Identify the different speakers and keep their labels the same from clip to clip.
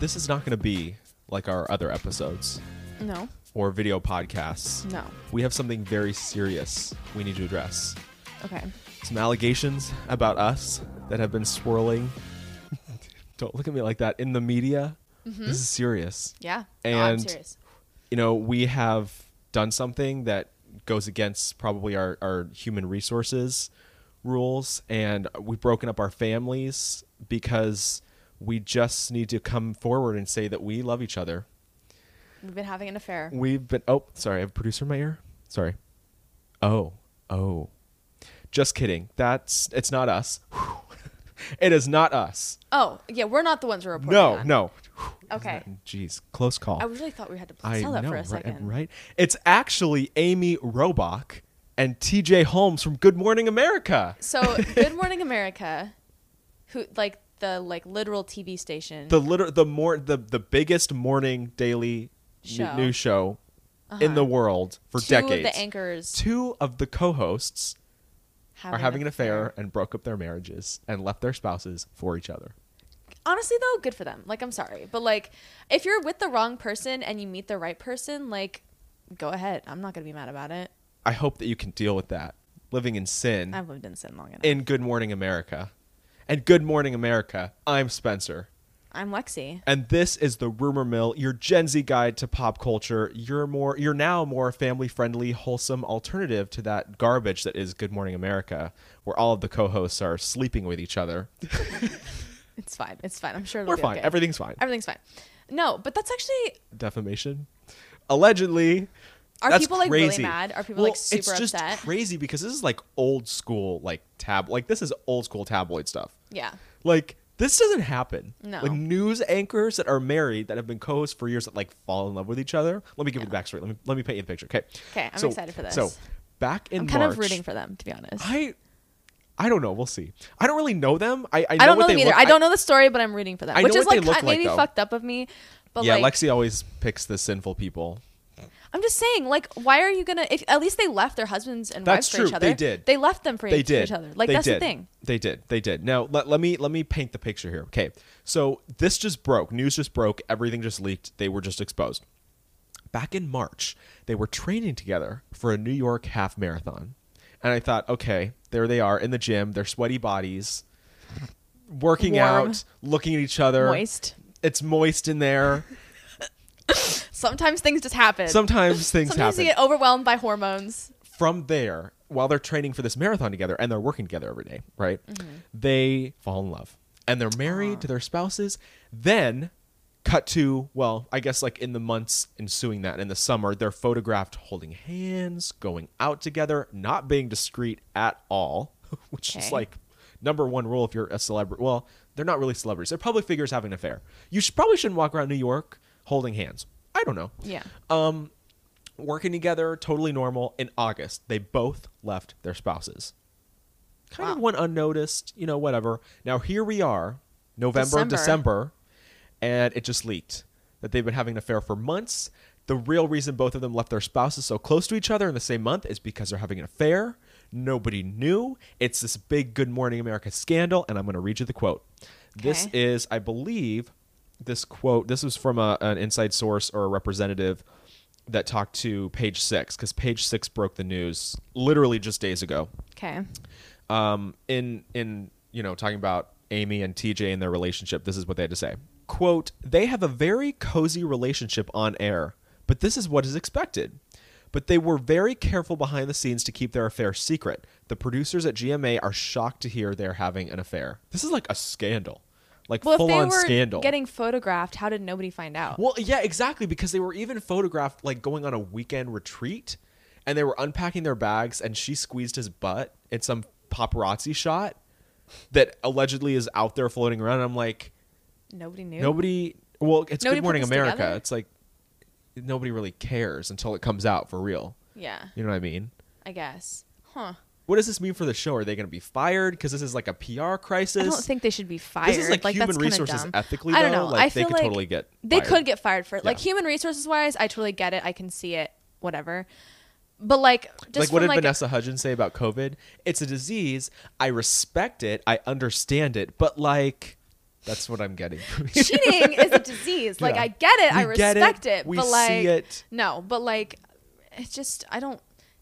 Speaker 1: this is not going to be like our other episodes
Speaker 2: No,
Speaker 1: or video podcasts.
Speaker 2: no.
Speaker 1: We have something very serious we need to address.
Speaker 2: Okay.
Speaker 1: Some allegations about us that have been swirling. Don't look at me like that in the media. This is serious.
Speaker 2: Yeah.
Speaker 1: No, I'm And- serious. you know, we have done something that goes against probably our, our human resources rules, and we've broken up our families because we just need to come forward and say that we love each other.
Speaker 2: We've been having an affair.
Speaker 1: We've been, oh, sorry, I have a producer in my ear. Sorry. Oh, oh. Just kidding. That's, it's not us. Whew. it is not us.
Speaker 2: Oh, yeah, we're not the ones who are reporting.
Speaker 1: No,
Speaker 2: on.
Speaker 1: no. Whew.
Speaker 2: Okay.
Speaker 1: Jeez, close call.
Speaker 2: I really thought we had to
Speaker 1: I
Speaker 2: sell that
Speaker 1: know,
Speaker 2: for a
Speaker 1: right,
Speaker 2: second.
Speaker 1: Right? It's actually Amy Robach and TJ Holmes from Good Morning America.
Speaker 2: So, Good Morning America, who like the like literal TV station.
Speaker 1: The liter- the more the, the biggest morning daily n-
Speaker 2: Show. Uh-huh.
Speaker 1: news show in the world for
Speaker 2: two
Speaker 1: decades.
Speaker 2: of the anchors
Speaker 1: Two of the co-hosts
Speaker 2: having
Speaker 1: are having an affair and broke up their marriages and left their spouses for each other.
Speaker 2: Honestly, though, good for them. Like, I'm sorry, but like, if you're with the wrong person and you meet the right person, like, go ahead. I'm not gonna be mad about it.
Speaker 1: I hope that you can deal with that. Living in sin
Speaker 2: I've lived in sin long enough.
Speaker 1: in Good Morning America. And Good Morning America, I'm Spencer.
Speaker 2: I'm Lexi.
Speaker 1: And this is the Rumor Mill, your Gen Z guide to pop culture. You're more you're now more family-friendly, wholesome alternative to that garbage that is Good Morning America, where all of the co-hosts are sleeping with each other.
Speaker 2: It's fine. It's fine. I'm sure it'll
Speaker 1: We're
Speaker 2: be
Speaker 1: fine.
Speaker 2: okay.
Speaker 1: Everything's fine.
Speaker 2: Everything's fine. No, but that's actually
Speaker 1: Defamation. Allegedly.
Speaker 2: Are
Speaker 1: That's
Speaker 2: people, like, really
Speaker 1: crazy.
Speaker 2: mad? Are people,
Speaker 1: Well,
Speaker 2: like, super
Speaker 1: it's just
Speaker 2: upset?
Speaker 1: crazy because this is like old school like tab like this is old school tabloid stuff.
Speaker 2: yeah.
Speaker 1: Like this doesn't happen.
Speaker 2: No.
Speaker 1: Like news anchors that are married that have been co-hosts for years that like fall in love with each other. Let me give you the backstory. Let me let me paint you the picture. Okay.
Speaker 2: 'Kay, I'm excited for this.
Speaker 1: So back in
Speaker 2: I'm kind
Speaker 1: March,
Speaker 2: of rooting for them, to be honest. I,
Speaker 1: I I don't know. We'll see. I don't really know them. I I, know
Speaker 2: don't
Speaker 1: what
Speaker 2: know them
Speaker 1: they
Speaker 2: either.
Speaker 1: look-
Speaker 2: I don't know the story, but I'm rooting for them,
Speaker 1: I
Speaker 2: which
Speaker 1: know
Speaker 2: is
Speaker 1: what they
Speaker 2: like
Speaker 1: look
Speaker 2: kind-
Speaker 1: like,
Speaker 2: maybe
Speaker 1: though.
Speaker 2: fucked up of me. But
Speaker 1: yeah,
Speaker 2: like,
Speaker 1: Lexi always picks the sinful people.
Speaker 2: I'm just saying, like, why are you gonna? If at least they left their husbands and
Speaker 1: That's
Speaker 2: wives for
Speaker 1: true.
Speaker 2: each other.
Speaker 1: They did.
Speaker 2: They left them for
Speaker 1: they
Speaker 2: each, for
Speaker 1: did.
Speaker 2: each other. Like
Speaker 1: They
Speaker 2: that's
Speaker 1: did.
Speaker 2: the thing.
Speaker 1: They did. They did. Now let, let me let me paint the picture here. Okay. So this just broke. News just broke. Everything just leaked. They were just exposed. Back in March, they were training together for a New York half marathon. And I thought, okay, there they are in the gym, their sweaty bodies, working
Speaker 2: Warm.
Speaker 1: out, looking at each other.
Speaker 2: Moist.
Speaker 1: It's moist in there.
Speaker 2: Sometimes things just happen.
Speaker 1: Sometimes things
Speaker 2: Sometimes
Speaker 1: happen.
Speaker 2: you get overwhelmed by hormones.
Speaker 1: from there, while they're training for this marathon together and they're working together every day, right? They fall in love and they're married to their spouses. Then, cut to, well, I guess like in the months ensuing that, in the summer, they're photographed holding hands, going out together, not being discreet at all, which is
Speaker 2: Okay.
Speaker 1: like number one rule if you're a celebrity. Well, they're not really celebrities, they're public figures having an affair. You should, probably shouldn't walk around New York holding hands. I don't know
Speaker 2: Yeah.
Speaker 1: working together, totally normal. In August, they both left their spouses. Kind of
Speaker 2: Wow.
Speaker 1: went unnoticed, you know, whatever. Now here we are, November, December.
Speaker 2: December.
Speaker 1: and it just leaked that they've been having an affair for months. The real reason both of them left their spouses so close to each other in the same month is because they're having an affair. Nobody knew. It's this big Good Morning America scandal, and I'm going to read you the quote. This
Speaker 2: Okay.
Speaker 1: is, I believe, this quote. This was from a, an inside source or a representative that talked to Page Six because Page Six broke the news literally just days ago.
Speaker 2: okay.
Speaker 1: Um, in in you know talking about Amy and TJ and their relationship, this is what they had to say. Quote: They have a very cozy relationship on air, but this is what is expected. But they were very careful behind the scenes to keep their affair secret. The producers at GMA are shocked to hear they're having an affair. This is like a scandal, like
Speaker 2: Well,
Speaker 1: full
Speaker 2: if they
Speaker 1: on
Speaker 2: were
Speaker 1: scandal.
Speaker 2: getting photographed, how did nobody find out?
Speaker 1: Well, yeah, exactly, because they were even photographed like going on a weekend retreat and they were unpacking their bags and she squeezed his butt in some paparazzi shot that allegedly is out there floating around. I'm like,
Speaker 2: nobody knew.
Speaker 1: nobody well, it's
Speaker 2: Nobody
Speaker 1: Good
Speaker 2: put
Speaker 1: Morning
Speaker 2: this
Speaker 1: America.
Speaker 2: together?
Speaker 1: It's like nobody really cares until it comes out for real.
Speaker 2: Yeah.
Speaker 1: You know what I mean?
Speaker 2: I guess. Huh.
Speaker 1: What does this mean for the show? Are they going to be fired because this is like a PR crisis?
Speaker 2: I don't think they should be fired.
Speaker 1: this is like, human
Speaker 2: that's kinda
Speaker 1: resources
Speaker 2: dumb.
Speaker 1: ethically
Speaker 2: I don't
Speaker 1: though.
Speaker 2: know.
Speaker 1: Like
Speaker 2: I
Speaker 1: they
Speaker 2: feel
Speaker 1: could
Speaker 2: like
Speaker 1: totally get
Speaker 2: they
Speaker 1: fired.
Speaker 2: could get fired for it. like
Speaker 1: Yeah.
Speaker 2: human resources wise. I totally get it. I can see it. Whatever. But like, just
Speaker 1: like what
Speaker 2: from,
Speaker 1: did Vanessa Hudgens say about COVID? It's a disease. I respect it. I understand it. But like, That's what I'm getting. from you.
Speaker 2: Cheating is a disease. Like
Speaker 1: Yeah.
Speaker 2: I get it, I
Speaker 1: We get it,
Speaker 2: respect it,
Speaker 1: we
Speaker 2: but like
Speaker 1: see it.
Speaker 2: no, but like it's just I don't.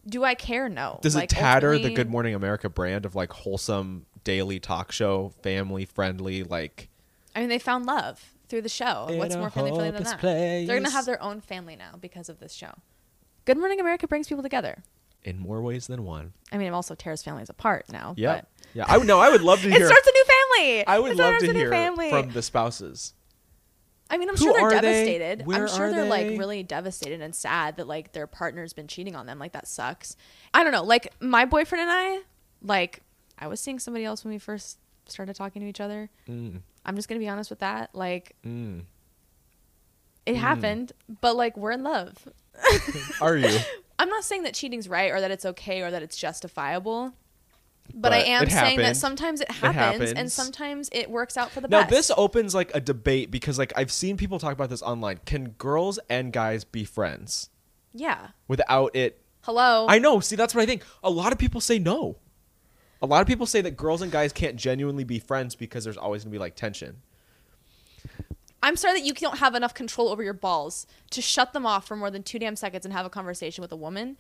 Speaker 2: Do I care? No.
Speaker 1: Does
Speaker 2: Like,
Speaker 1: it tatter
Speaker 2: ultimately-
Speaker 1: the Good Morning America brand of like wholesome daily talk show, family friendly? Like,
Speaker 2: I mean, they found love through the show.
Speaker 1: In
Speaker 2: What's
Speaker 1: a
Speaker 2: more family friendly than
Speaker 1: hopeless
Speaker 2: that? They're gonna
Speaker 1: place.
Speaker 2: have their own family now because of this show. Good Morning America brings people together.
Speaker 1: in more ways than one.
Speaker 2: I mean, it also tears families apart now.
Speaker 1: Yeah,
Speaker 2: but-
Speaker 1: yeah. I would no. I would love to
Speaker 2: It
Speaker 1: hear.
Speaker 2: starts a new family.
Speaker 1: I would
Speaker 2: it
Speaker 1: love
Speaker 2: starts
Speaker 1: to
Speaker 2: a new
Speaker 1: hear
Speaker 2: family.
Speaker 1: from the spouses.
Speaker 2: I mean, I'm
Speaker 1: Who
Speaker 2: sure
Speaker 1: are
Speaker 2: they're
Speaker 1: they?
Speaker 2: devastated.
Speaker 1: Where
Speaker 2: I'm sure
Speaker 1: are
Speaker 2: they're
Speaker 1: they?
Speaker 2: like really devastated and sad that like their partner's been cheating on them. Like that sucks. I don't know. Like my boyfriend and I, like I was seeing somebody else when we first started talking to each other.
Speaker 1: Mm,
Speaker 2: I'm just gonna be honest with that. Like
Speaker 1: mm.
Speaker 2: it happened, but like we're in love.
Speaker 1: Are you?
Speaker 2: I'm not saying that cheating's right or that it's okay or that it's justifiable. But, I
Speaker 1: But
Speaker 2: am
Speaker 1: it
Speaker 2: saying that
Speaker 1: happened.
Speaker 2: sometimes it happens, and
Speaker 1: happens.
Speaker 2: sometimes it works out for the
Speaker 1: now
Speaker 2: best.
Speaker 1: this opens like a debate because like I've seen people talk about this online. Can girls and guys be friends
Speaker 2: yeah.
Speaker 1: without it?
Speaker 2: Hello.
Speaker 1: I know. See, that's what I think. A lot of people say no. A lot of people say that girls and guys can't genuinely be friends because there's always gonna be like tension.
Speaker 2: I'm sorry that you don't have enough control over your balls to shut them off for more than two damn seconds and have a conversation with a woman,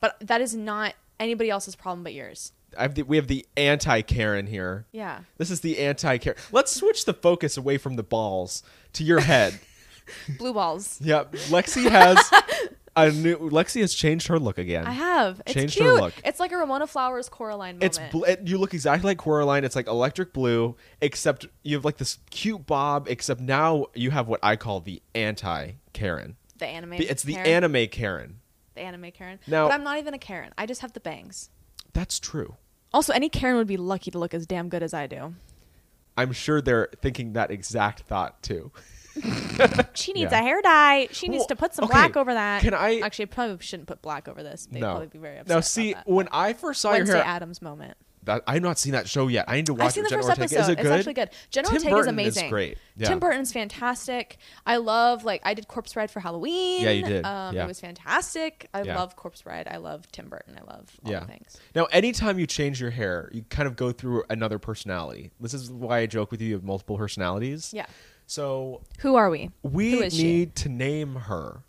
Speaker 2: but that is not anybody else's problem but yours.
Speaker 1: I've the, we have the anti Karen here.
Speaker 2: Yeah.
Speaker 1: This is the anti Karen. Let's switch the focus away from the balls to your head.
Speaker 2: Blue balls.
Speaker 1: yep. Lexi has a new. Lexi has changed her look again.
Speaker 2: I have. It's
Speaker 1: Changed her
Speaker 2: cute.
Speaker 1: look.
Speaker 2: It's like a Ramona Flowers Coraline moment.
Speaker 1: It's bl- it, you look exactly like Coraline. It's like electric blue, except you have like this cute bob. Except now you have what I call the anti Karen.
Speaker 2: the anime.
Speaker 1: It's the
Speaker 2: Karen.
Speaker 1: anime Karen.
Speaker 2: The anime Karen.
Speaker 1: Now-
Speaker 2: but I'm not even a Karen. I just have the bangs.
Speaker 1: That's true.
Speaker 2: Also, any Karen would be lucky to look as damn good as I do.
Speaker 1: I'm sure they're thinking that exact thought too.
Speaker 2: She needs
Speaker 1: Yeah.
Speaker 2: a hair dye. She needs
Speaker 1: Well,
Speaker 2: to put some
Speaker 1: okay,
Speaker 2: black over that.
Speaker 1: can I-
Speaker 2: Actually, I probably shouldn't put black over this. They'd
Speaker 1: no.
Speaker 2: probably be very upset.
Speaker 1: now see
Speaker 2: about that.
Speaker 1: when I first saw
Speaker 2: Wednesday
Speaker 1: your hair.
Speaker 2: Adams moment.
Speaker 1: That I've not seen that show yet. I need to watch
Speaker 2: I've seen
Speaker 1: it.
Speaker 2: the
Speaker 1: Jenna
Speaker 2: first
Speaker 1: Ortega.
Speaker 2: episode.
Speaker 1: Is it
Speaker 2: It's
Speaker 1: good?
Speaker 2: actually good. Jenna
Speaker 1: Tim
Speaker 2: Ortega is
Speaker 1: Burton is
Speaker 2: amazing.
Speaker 1: great. Yeah.
Speaker 2: Tim Burton's fantastic. I love like I did Corpse Bride for Halloween.
Speaker 1: Yeah, you did.
Speaker 2: Um,
Speaker 1: Yeah.
Speaker 2: It was fantastic. I
Speaker 1: Yeah.
Speaker 2: love Corpse Bride. I love Tim Burton. I love all
Speaker 1: yeah.
Speaker 2: the things.
Speaker 1: Now, anytime you change your hair, you kind of go through another personality. This is why I joke with you. You have multiple personalities.
Speaker 2: Yeah.
Speaker 1: So
Speaker 2: Who are we?
Speaker 1: we
Speaker 2: Who
Speaker 1: need
Speaker 2: is she?
Speaker 1: to name her.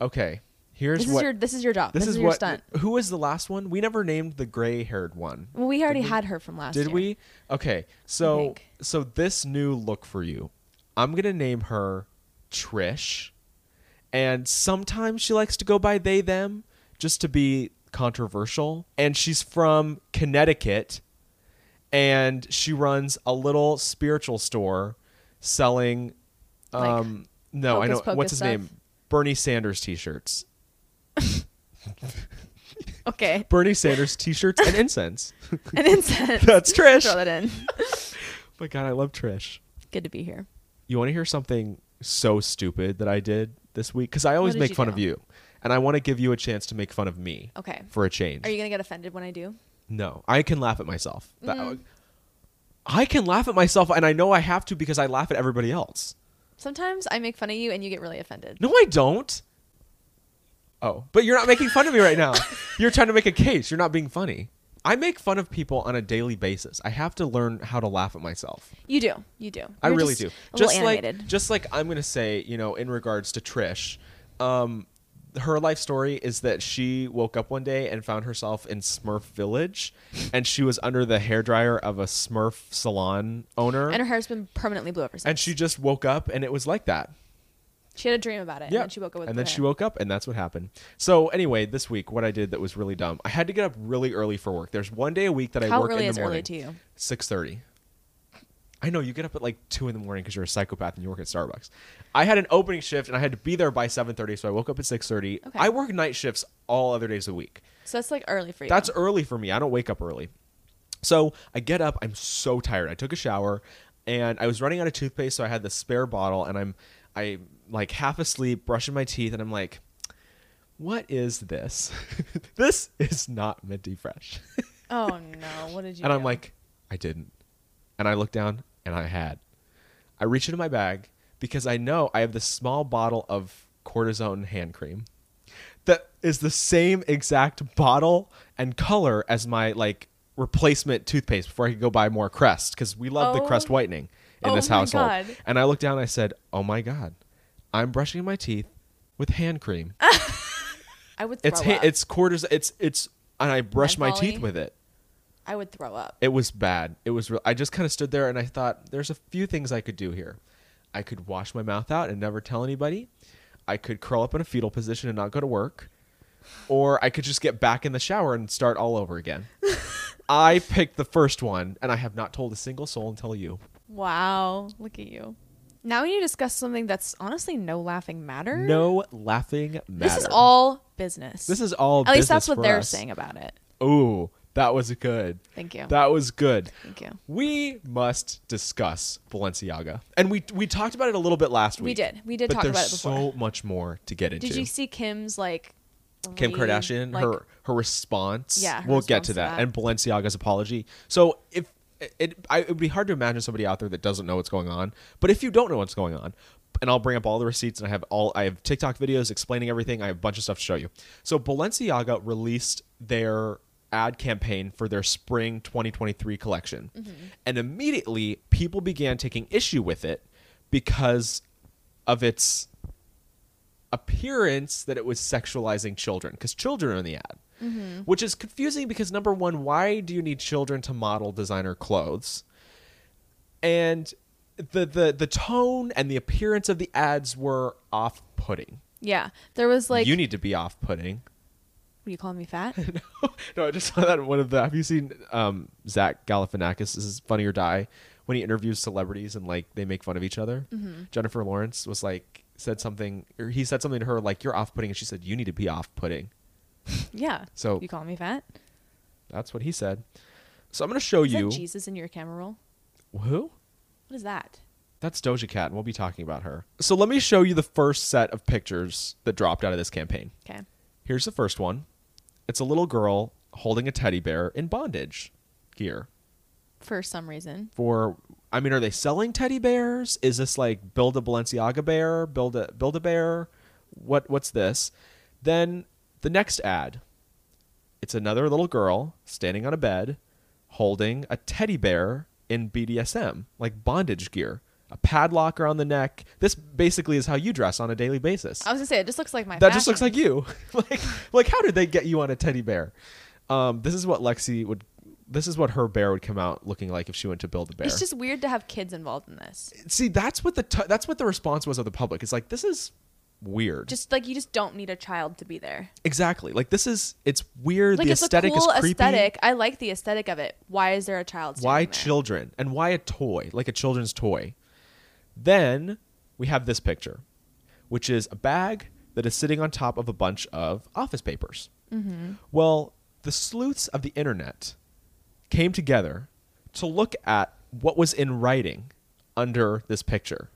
Speaker 1: Okay. Here's
Speaker 2: This is
Speaker 1: what.
Speaker 2: your this is your job.
Speaker 1: this, is,
Speaker 2: your
Speaker 1: what.
Speaker 2: stunt.
Speaker 1: Who was the last one? We never named the gray-haired one.
Speaker 2: Well, we already
Speaker 1: we-
Speaker 2: had her from last
Speaker 1: Did
Speaker 2: year.
Speaker 1: we? Okay. So
Speaker 2: think.
Speaker 1: so this new look for you. I'm going to name her Trish. And sometimes she likes to go by they them just to be controversial. And she's from Connecticut and she runs a little spiritual store selling
Speaker 2: Like,
Speaker 1: um no, I
Speaker 2: hocus
Speaker 1: know
Speaker 2: pocus
Speaker 1: what's his
Speaker 2: stuff?
Speaker 1: name? Bernie Sanders t-shirts.
Speaker 2: Okay.
Speaker 1: Bernie Sanders t-shirts and incense.
Speaker 2: An incense.
Speaker 1: That's Trish.
Speaker 2: Throw that in.
Speaker 1: My god, I love Trish.
Speaker 2: Good to be here.
Speaker 1: you want to hear something so stupid that I did this week? Because I always
Speaker 2: did
Speaker 1: make
Speaker 2: you
Speaker 1: fun
Speaker 2: do?
Speaker 1: of you, and I want to give you a chance to make fun of me
Speaker 2: Okay.
Speaker 1: for a change.
Speaker 2: Are you gonna get offended when I do?
Speaker 1: no, I can laugh at myself. That-
Speaker 2: Mm-hmm.
Speaker 1: uh, I can laugh at myself, and I know I have to because I laugh at everybody else.
Speaker 2: Sometimes I make fun of you and you get really offended.
Speaker 1: No, I don't. Oh, but you're not making fun of me right now. You're trying to make a case. You're not being funny. I make fun of people on a daily basis. I have to learn how to laugh at myself.
Speaker 2: You do. You do.
Speaker 1: I
Speaker 2: You're
Speaker 1: really
Speaker 2: just
Speaker 1: do.
Speaker 2: A
Speaker 1: Just
Speaker 2: little
Speaker 1: like
Speaker 2: animated.
Speaker 1: just like I'm gonna say, you know, in regards to Trish, um, her life story is that she woke up one day and found herself in Smurf Village, and she was under the hairdryer of a Smurf salon owner,
Speaker 2: and
Speaker 1: and,
Speaker 2: her hair's been permanently blue ever since.
Speaker 1: she just woke up and it was like that.
Speaker 2: She had a dream about it. And then she woke up with
Speaker 1: and then
Speaker 2: blue
Speaker 1: she
Speaker 2: hair.
Speaker 1: woke up, and that's what happened. So anyway, this week, what I did that was really dumb. I had to get up really early for work. There's one day a week that I
Speaker 2: How
Speaker 1: work
Speaker 2: early
Speaker 1: in the
Speaker 2: is
Speaker 1: morning.
Speaker 2: early to you?
Speaker 1: Six thirty. I know you get up at like two in the morning because you're a psychopath and you work at Starbucks. I had an opening shift and I had to be there by seven thirty, so I woke up at six thirty.
Speaker 2: Okay.
Speaker 1: I work night shifts all other days of the week.
Speaker 2: So that's like early for you.
Speaker 1: That's early for me. I don't wake up early. So I get up. I'm so tired. I took a shower, and I was running out of toothpaste, so I had the spare bottle, and I'm I like half asleep, brushing my teeth, and I'm like, "What is this? this is not minty fresh."
Speaker 2: oh no! What did you?
Speaker 1: and I'm
Speaker 2: do?
Speaker 1: like, I didn't. And I look down and I had. I reach into my bag because I know I have this small bottle of cortisone hand cream that is the same exact bottle and color as my like replacement toothpaste before I could go buy more Crest because we love the
Speaker 2: Oh.
Speaker 1: Crest whitening in
Speaker 2: Oh
Speaker 1: this
Speaker 2: my
Speaker 1: household.
Speaker 2: God.
Speaker 1: And I looked down and I said, "Oh my god, I'm brushing my teeth with hand cream.
Speaker 2: Ah. I would throw
Speaker 1: It's ha-
Speaker 2: up.
Speaker 1: it's quarters. It's it's and I brush my
Speaker 2: Mentholy.
Speaker 1: teeth with it.
Speaker 2: I would throw up.
Speaker 1: It was bad. It was. Real, I just kind of stood there and I thought, there's a few things I could do here. I could wash my mouth out and never tell anybody. I could curl up in a fetal position and not go to work, or I could just get back in the shower and start all over again. I picked the first one, and I have not told a single soul until you.
Speaker 2: Wow, look at you. Now we need to discuss something that's honestly no laughing matter.
Speaker 1: No laughing matter.
Speaker 2: This is all business.
Speaker 1: This is all.
Speaker 2: At least that's
Speaker 1: business
Speaker 2: what
Speaker 1: for
Speaker 2: they're
Speaker 1: us.
Speaker 2: saying about it.
Speaker 1: Ooh, that was good.
Speaker 2: Thank you.
Speaker 1: That was good.
Speaker 2: Thank you.
Speaker 1: We must discuss Balenciaga, and we we talked about it a little bit last
Speaker 2: We
Speaker 1: week.
Speaker 2: did. We did
Speaker 1: but
Speaker 2: talk about
Speaker 1: there's
Speaker 2: it
Speaker 1: So
Speaker 2: before.
Speaker 1: much more to get into.
Speaker 2: Did you see Kim's like
Speaker 1: Kim
Speaker 2: re-
Speaker 1: Kardashian,
Speaker 2: like-
Speaker 1: her her response.
Speaker 2: Yeah, her
Speaker 1: we'll get
Speaker 2: response
Speaker 1: to
Speaker 2: to
Speaker 1: that.
Speaker 2: that.
Speaker 1: and Balenciaga's apology. So if it, I, it would be hard to imagine somebody out there that doesn't know what's going on. But if you don't know what's going on, and I'll bring up all the receipts, and I have all I have TikTok videos explaining everything. I have a bunch of stuff to show you. So Balenciaga released their ad campaign for their spring 2023 collection,
Speaker 2: Mm-hmm.
Speaker 1: and immediately people began taking issue with it because of its appearance that it was sexualizing children because children are in the ad, which is confusing because number one, why do you need children to model designer clothes? And the the the tone and the appearance of the ads were off putting.
Speaker 2: Yeah, there was like.
Speaker 1: you need to be off putting.
Speaker 2: what are you calling me fat?
Speaker 1: no, I just saw that in one of the. Have you seen um, Zach Galifianakis? This is Funny or Die when he interviews celebrities and like they make fun of each other. Jennifer Lawrence was like said something, or he said something to her like "You're off-putting," and she said, "You need to be off-putting."
Speaker 2: yeah.
Speaker 1: So-
Speaker 2: you calling me fat?
Speaker 1: That's what he said. So I'm gonna show
Speaker 2: Is
Speaker 1: you
Speaker 2: that Jesus in your camera roll?
Speaker 1: who.
Speaker 2: What is that?
Speaker 1: That's Doja Cat, and we'll be talking about her. So let me show you the first set of pictures that dropped out of this campaign.
Speaker 2: Okay.
Speaker 1: Here's the first one. It's a little girl holding a teddy bear in bondage gear.
Speaker 2: For some reason,
Speaker 1: for I mean, are they selling teddy bears? Is this like build a Balenciaga bear, build a build a bear? What what's this? Then the next ad. It's another little girl standing on a bed holding a teddy bear in BDSM, like bondage gear. A padlock around the neck. This basically is how you dress on a daily basis.
Speaker 2: I was gonna say it just looks like my.
Speaker 1: That just looks
Speaker 2: fashion.
Speaker 1: like you. like like how did they get you on a teddy bear? Um, this is what Lexi would this is what her bear would come out looking like if she went to build a bear
Speaker 2: It's just weird to have kids involved in this.
Speaker 1: see that's what the t- that's what the response was of the public it's like this is weird
Speaker 2: Just like you just don't need a child to be there.
Speaker 1: exactly like this is it's weird
Speaker 2: Like
Speaker 1: the
Speaker 2: it's
Speaker 1: aesthetic
Speaker 2: a cool
Speaker 1: is creepy
Speaker 2: aesthetic. I like the aesthetic of it. Why is there a child?
Speaker 1: why
Speaker 2: standing there?
Speaker 1: children and why a toy like a children's toy then we have this picture which is a bag that is sitting on top of a bunch of office papers
Speaker 2: Mm-hmm.
Speaker 1: well the sleuths of the internet came together to look at what was in writing under this picture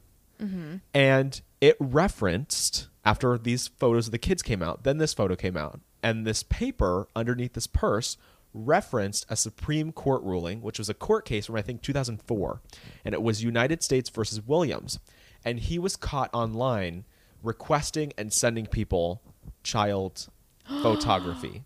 Speaker 1: and it referenced after these photos of the kids came out then this photo came out and this paper underneath this purse referenced a supreme court ruling which was a court case from i think 2004 and it was united states versus williams and he was caught online requesting and sending people child photography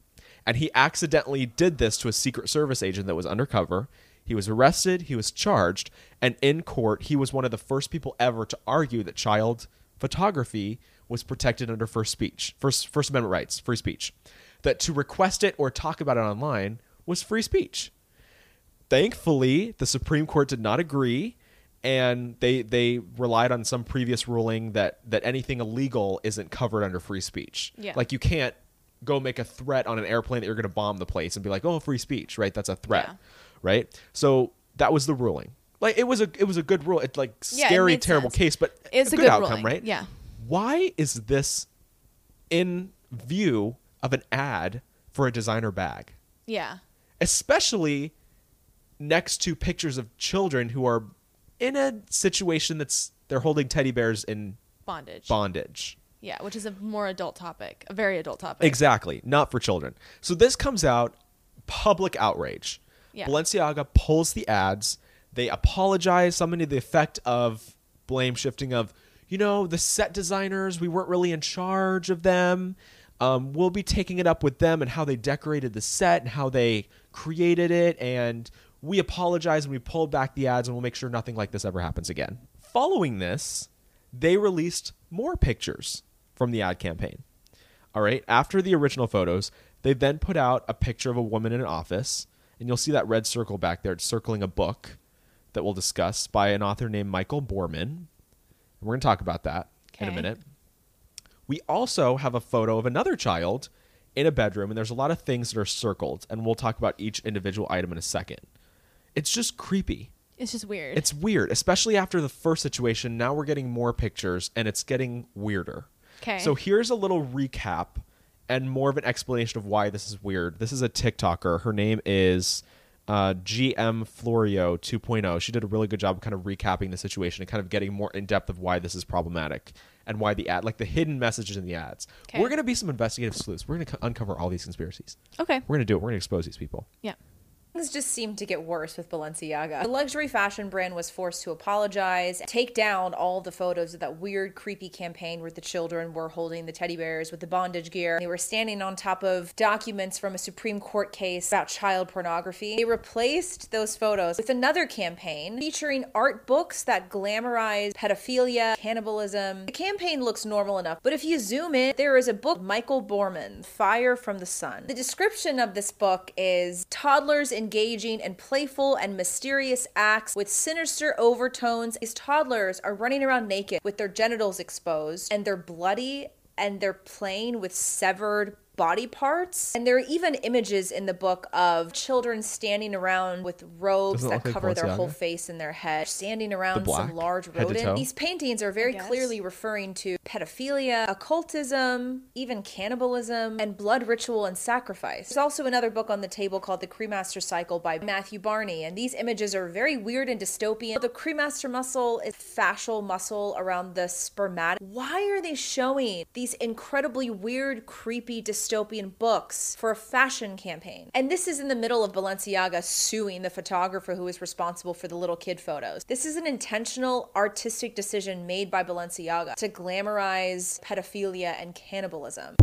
Speaker 1: and he accidentally did this to a secret service agent that was undercover he was arrested, he was charged, and in court, he was one of the first people ever to argue that child photography was protected under first speech, first First Amendment rights, free speech. That to request it or talk about it online was free speech. Thankfully, the Supreme Court did not agree and they they relied on some previous ruling that that anything illegal isn't covered under free speech.
Speaker 2: Yeah.
Speaker 1: Like you can't go make a threat on an airplane that you're going to bomb the place and be like, "Oh, free speech," right? That's a threat
Speaker 2: Yeah.
Speaker 1: right? So that was the ruling. Like it was a it was a good rule. It's like
Speaker 2: Yeah, it
Speaker 1: scary,
Speaker 2: made
Speaker 1: terrible
Speaker 2: sense.
Speaker 1: case, but
Speaker 2: It's
Speaker 1: a,
Speaker 2: a
Speaker 1: good,
Speaker 2: good
Speaker 1: outcome,
Speaker 2: ruling.
Speaker 1: right?
Speaker 2: Yeah.
Speaker 1: Why is this in view of an ad for a designer bag,
Speaker 2: Yeah.
Speaker 1: especially next to pictures of children who are in a situation that's they're holding teddy bears in
Speaker 2: Bondage.
Speaker 1: bondage?
Speaker 2: yeah, which is a more adult topic, a very adult topic.
Speaker 1: Exactly. Not for children. So this comes out public outrage.
Speaker 2: Yeah.
Speaker 1: Balenciaga pulls the ads. They apologize, something to the effect of blame shifting of, you know, the set designers, we weren't really in charge of them. Um, we'll be taking it up with them and how they decorated the set and how they created it. And we apologize and we pulled back the ads and we'll make sure nothing like this ever happens again. Following this, they released more pictures from the ad campaign. All right. After the original photos, they then put out a picture of a woman in an office, and you'll see that red circle back there. It's circling a book that we'll discuss by an author named Michael Borman. And we're going to talk about that in a
Speaker 2: Okay.
Speaker 1: minute. We also have a photo of another child in a bedroom, and there's a lot of things that are circled, and we'll talk about each individual item in a second. It's just creepy.
Speaker 2: It's just weird.
Speaker 1: It's weird, especially after the first situation. Now we're getting more pictures and it's getting weirder.
Speaker 2: 'Kay.
Speaker 1: So here's a little recap and more of an explanation of why this is weird. This is a TikToker. Her name is uh, GM Florio 2.0. She did a really good job of kind of recapping the situation and kind of getting more in depth of why this is problematic and why the ad, like the hidden messages in the ads.
Speaker 2: 'Kay.
Speaker 1: We're going to be some investigative sleuths. We're going to co- uncover all these conspiracies.
Speaker 2: okay.
Speaker 1: We're going to do it. We're going to expose these people.
Speaker 2: Yeah.
Speaker 3: Things just seemed to get worse with Balenciaga. The luxury fashion brand was forced to apologize, take down all the photos of that weird, creepy campaign where the children were holding the teddy bears with the bondage gear. They were standing on top of documents from a Supreme Court case about child pornography. They replaced those photos with another campaign featuring art books that glamorize pedophilia, cannibalism. The campaign looks normal enough, but if you zoom in, there is a book, Michael Borman, Fire from the Sun. The description of this book is toddlers engaging in playful and mysterious acts with sinister overtones. These toddlers are running around naked with their genitals exposed and they're bloody and they're playing with severed body parts. And there are even images in the book of children standing around with robes
Speaker 1: Doesn't it look
Speaker 3: that
Speaker 1: like
Speaker 3: cover their whole
Speaker 1: Balenciaga?
Speaker 3: face and their head, standing around
Speaker 1: black,
Speaker 3: some large
Speaker 1: head to toe?
Speaker 3: rodent. These paintings are very
Speaker 2: guess.
Speaker 3: clearly referring to pedophilia, occultism, even cannibalism, and blood ritual and sacrifice. There's also another book on the table called The Cremaster Cycle by Matthew Barney, and these images are very weird and dystopian. The cremaster muscle is fascial muscle around the spermatic. Why are they showing these incredibly weird, creepy, dystopian books for a fashion campaign? And this is in the middle of Balenciaga suing the photographer who is responsible for the little kid photos. This is an intentional artistic decision made by Balenciaga to glamorize pedophilia and cannibalism.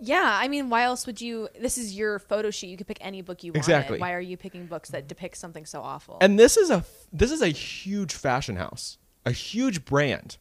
Speaker 2: Yeah. I mean, why else would you? This is your photo shoot. You could pick any book you wanted.
Speaker 1: Exactly.
Speaker 2: Why are you picking books that depict something so awful?
Speaker 1: And this is a this is a huge fashion house, a huge brand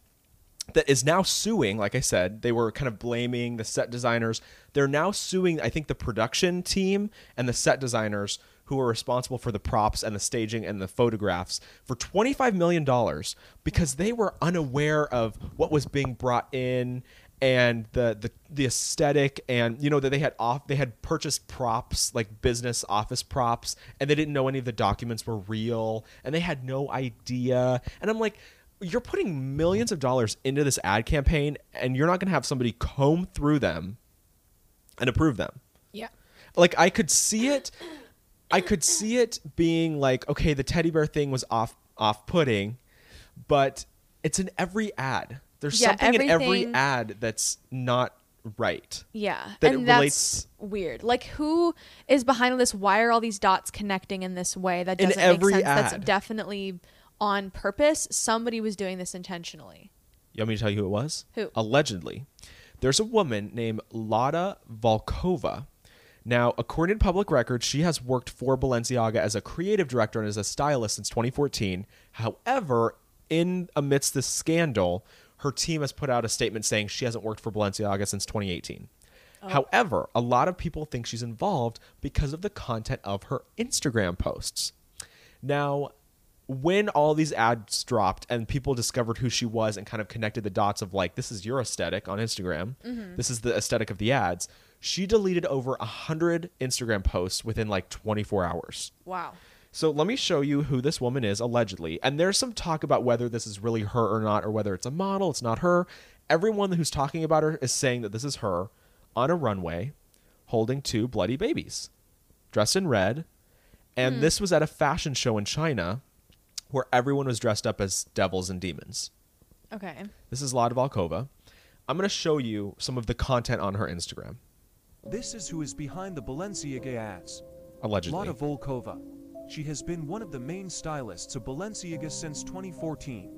Speaker 1: that is now suing. Like I said, they were kind of blaming the set designers. They're now suing. I think the production team and the set designers who are responsible for the props and the staging and the photographs for twenty five million dollars because they were unaware of what was being brought in and the, the the aesthetic and you know that they had off they had purchased props like business office props and they didn't know any of the documents were real and they had no idea and i'm like you're putting millions of dollars into this ad campaign and you're not going to have somebody comb through them and approve them
Speaker 2: yeah.
Speaker 1: like I could see it I could see it being like okay the teddy bear thing was off off putting but it's in every ad there's
Speaker 2: Yeah,
Speaker 1: something in every
Speaker 2: everything-
Speaker 1: ad that's not right
Speaker 2: Yeah.
Speaker 1: That
Speaker 2: and
Speaker 1: it
Speaker 2: that's
Speaker 1: relates-
Speaker 2: weird. Like, who is behind this? Why are all these dots connecting in this way? That
Speaker 1: In
Speaker 2: doesn't
Speaker 1: every
Speaker 2: make sense.
Speaker 1: ad.
Speaker 2: That's definitely on purpose. Somebody was doing this intentionally.
Speaker 1: you want me to tell you who it was
Speaker 2: Who?
Speaker 1: allegedly there's a woman named Lada Volkova now, according to public record, she has worked for Balenciaga as a creative director and as a stylist since 2014. However, in amidst this scandal, her team has put out a statement saying she hasn't worked for Balenciaga since 2018. However, a lot of people think she's involved because of the content of her Instagram posts. Now, when all these ads dropped and people discovered who she was and kind of connected the dots of like, this is your aesthetic on Instagram, this is the aesthetic of the ads, she deleted over 100 Instagram posts within like 24 hours.
Speaker 2: Wow.
Speaker 1: So let me show you who this woman is allegedly. And there's some talk about whether this is really her or not, or whether it's a model, it's not her. Everyone who's talking about her is saying that this is her on a runway holding two bloody babies, dressed in red. And this was at a fashion show in China where everyone was dressed up as devils and demons.
Speaker 2: Okay.
Speaker 1: This is Lada Volkova. I'm going to show you some of the content on her Instagram,
Speaker 4: This is who is behind the Balenciaga ads.
Speaker 1: allegedly.
Speaker 4: Lotta Volkova. She has been one of the main stylists of Balenciaga since 2014.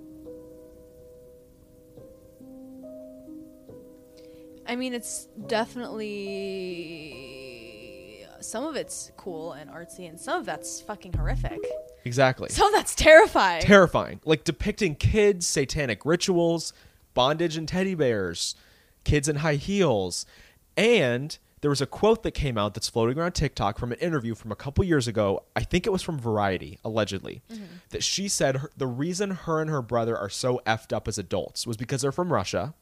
Speaker 2: I mean, it's definitely some of it's cool and artsy, and some of that's fucking horrific.
Speaker 1: Exactly.
Speaker 2: Some of that's terrifying.
Speaker 1: Terrifying. Like depicting kids, satanic rituals, bondage and teddy bears, kids in high heels. And there was a quote that came out that's floating around TikTok from an interview from a couple years ago. I think it was from Variety, allegedly, that she said her, the reason her and her brother are so effed up as adults was because they're from Russia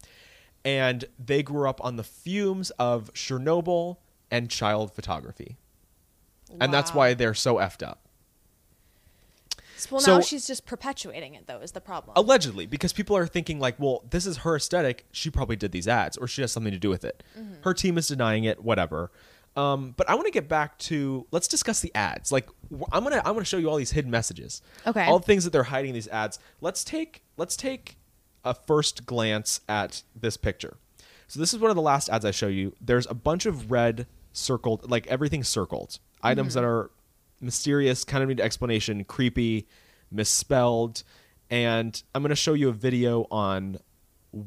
Speaker 1: and they grew up on the fumes of Chernobyl and child photography. And that's
Speaker 3: Wow.
Speaker 1: why they're so effed up.
Speaker 2: well,
Speaker 1: So-
Speaker 2: now she's just perpetuating it, though, is the problem.
Speaker 1: allegedly because people are thinking like well this is her aesthetic she probably did these ads or she has something to do with it her team is denying it whatever um, but i want to get back to let's discuss the ads like wh- i'm gonna i'm gonna show you all these hidden messages
Speaker 2: Okay.
Speaker 1: all the things that they're hiding in these ads let's take let's take a first glance at this picture so this is one of the last ads i show you there's a bunch of red circled like everything circled items that are mysterious, kind of need explanation, creepy, misspelled, and I'm going to show you a video on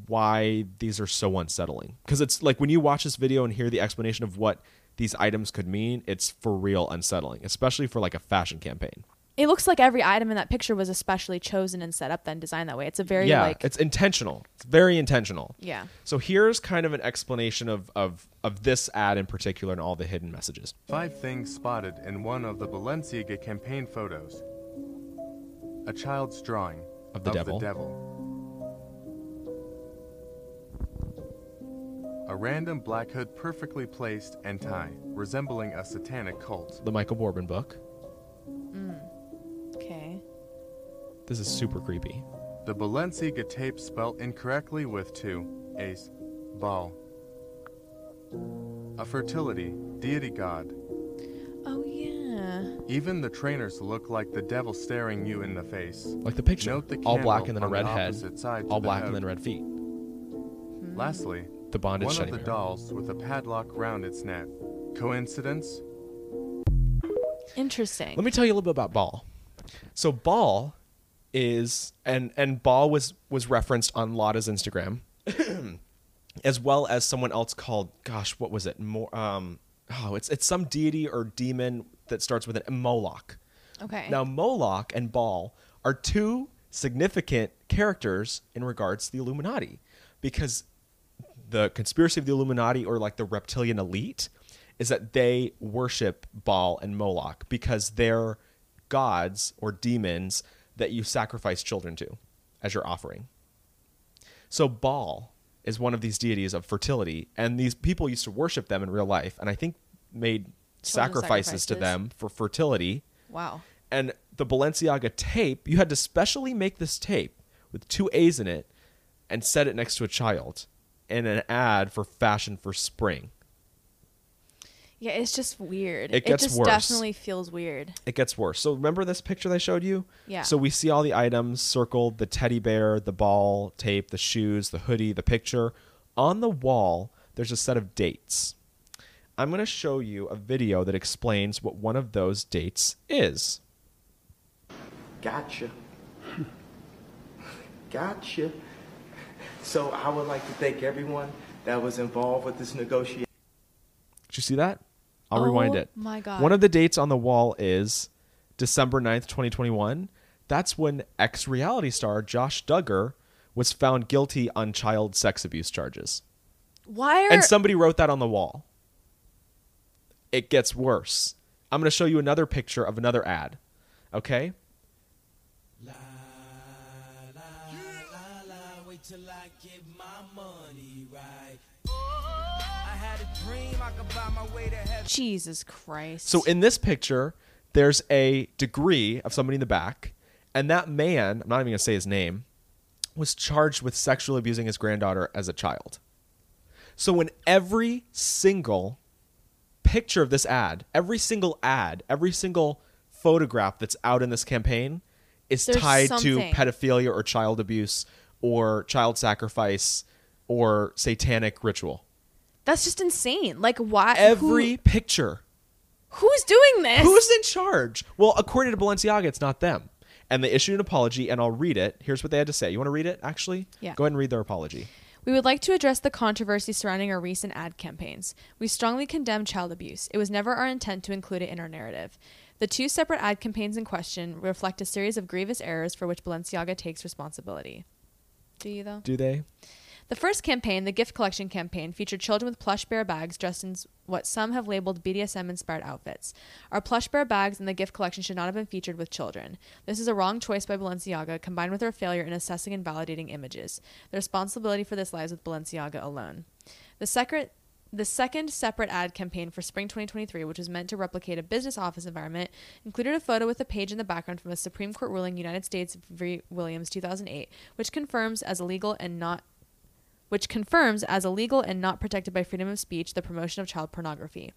Speaker 1: why these are so unsettling. Because it's like when you watch this video and hear the explanation of what these items could mean, it's for real unsettling, especially for like a fashion campaign.
Speaker 2: it looks like every item in that picture was especially chosen and set up, then designed that way. It's a very
Speaker 1: yeah,
Speaker 2: like
Speaker 1: it's intentional. It's very intentional.
Speaker 2: Yeah.
Speaker 1: So here's kind of an explanation of of of this ad in particular and all the hidden messages.
Speaker 5: Five things spotted in one of the Balenciaga campaign photos. A child's drawing
Speaker 1: Of the devil.
Speaker 5: devil. A random black hood perfectly placed and tie, resembling a satanic cult.
Speaker 1: The Michael Borman book.
Speaker 2: okay.
Speaker 1: This is super creepy.
Speaker 5: The Balenciaga tape spelt incorrectly with two ace ball. A fertility deity god.
Speaker 2: Oh yeah.
Speaker 5: Even the trainers look like the devil staring you in the face.
Speaker 1: Like the picture.
Speaker 5: Note the
Speaker 1: all black
Speaker 5: candle
Speaker 1: and then a red
Speaker 5: on the
Speaker 1: head.
Speaker 5: opposite side to
Speaker 1: All
Speaker 5: the
Speaker 1: black
Speaker 5: note.
Speaker 1: and then red feet.
Speaker 5: Lastly,
Speaker 1: The bondage
Speaker 5: one of
Speaker 1: teddy
Speaker 5: the
Speaker 1: bear.
Speaker 5: dolls with a padlock round its neck. Coincidence?
Speaker 2: Interesting.
Speaker 1: Let me tell you a little bit about Ball. So Ball is and and Ball was was referenced on Lotta's Instagram, as well as someone else called gosh what was it more um oh it's it's some deity or demon that starts with an Moloch.
Speaker 2: okay.
Speaker 1: Now Moloch and Baal are two significant characters in regards to the Illuminati because the conspiracy of the Illuminati or like the reptilian elite is that they worship Baal and Moloch because they're gods or demons that you sacrifice children to as your offering. So Baal is one of these deities of fertility, and these people used to worship them in real life, and I think made sacrifices to
Speaker 2: sacrifices.
Speaker 1: them for fertility.
Speaker 2: wow.
Speaker 1: And the Balenciaga tape, you had to specially make this tape with two A's in it and set it next to a child in an ad for fashion for spring.
Speaker 2: Yeah, it's just weird.
Speaker 1: It gets
Speaker 2: just
Speaker 1: worse.
Speaker 2: definitely feels weird.
Speaker 1: It gets worse. So remember this picture that I showed you?
Speaker 2: Yeah.
Speaker 1: So we see all the items circled the teddy bear, the ball, tape, the shoes, the hoodie, the picture. On the wall, there's a set of dates. I'm going to show you a video that explains what one of those dates is.
Speaker 6: Gotcha. gotcha. So I would like to thank everyone that was involved with this negotiation.
Speaker 1: Did you see that? I'll
Speaker 2: Oh
Speaker 1: rewind it.
Speaker 2: my God.
Speaker 1: One of the dates on the wall is December 9th, 2021. That's when ex reality star Josh Duggar was found guilty on child sex abuse charges.
Speaker 2: Why are
Speaker 1: And somebody wrote that on the wall. It gets worse. I'm going to show you another picture of another ad. Okay?
Speaker 7: La la, wait till I get my money right. I had a dream I could buy my way to heaven.
Speaker 2: Jesus Christ.
Speaker 1: So in this picture, there's a degree of somebody in the back, and that man, I'm not even going to say his name, was charged with sexually abusing his granddaughter as a child. So in every single picture of this ad, every single ad, every single photograph that's out in this campaign is
Speaker 2: There's
Speaker 1: tied
Speaker 2: something.
Speaker 1: to pedophilia or child abuse or child sacrifice or satanic ritual.
Speaker 2: that's just insane. Like why
Speaker 1: Every
Speaker 2: who-
Speaker 1: picture.
Speaker 2: who's doing this?
Speaker 1: Who's in charge? Well, according to Balenciaga, it's not them. And they issued an apology, and I'll read it. Here's what they had to say. You want to read it, actually?
Speaker 2: Yeah.
Speaker 1: Go ahead and read their apology.
Speaker 2: We would like to address the controversy surrounding our recent ad campaigns. We strongly condemn child abuse. It was never our intent to include it in our narrative. The two separate ad campaigns in question reflect a series of grievous errors for which Balenciaga takes responsibility. Do you, though?
Speaker 1: Do they?
Speaker 2: The first campaign, the gift collection campaign, featured children with plush bear bags dressed in s- what some have labeled BDSM inspired outfits. Our plush bear bags in the gift collection should not have been featured with children. This is a wrong choice by Balenciaga, combined with their failure in assessing and validating images. The responsibility for this lies with Balenciaga alone. The second the second separate ad campaign for spring 2023, which was meant to replicate a business office environment, included a photo with a page in the background from a Supreme Court ruling, United States v. Williams 2008, which confirms as illegal and not which confirms as illegal and not protected by freedom of speech the promotion of child pornography.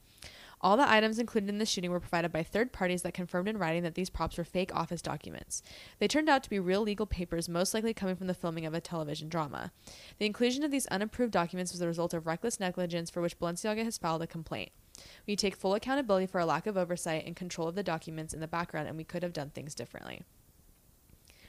Speaker 2: All the items included in the shooting were provided by third parties that confirmed in writing that these props were fake office documents. They turned out to be real legal papers, most likely coming from the filming of a television drama. The inclusion of these unapproved documents was the result of reckless negligence for which Balenciaga has filed a complaint. We take full accountability for our lack of oversight and control of the documents in the background, and we could have done things differently.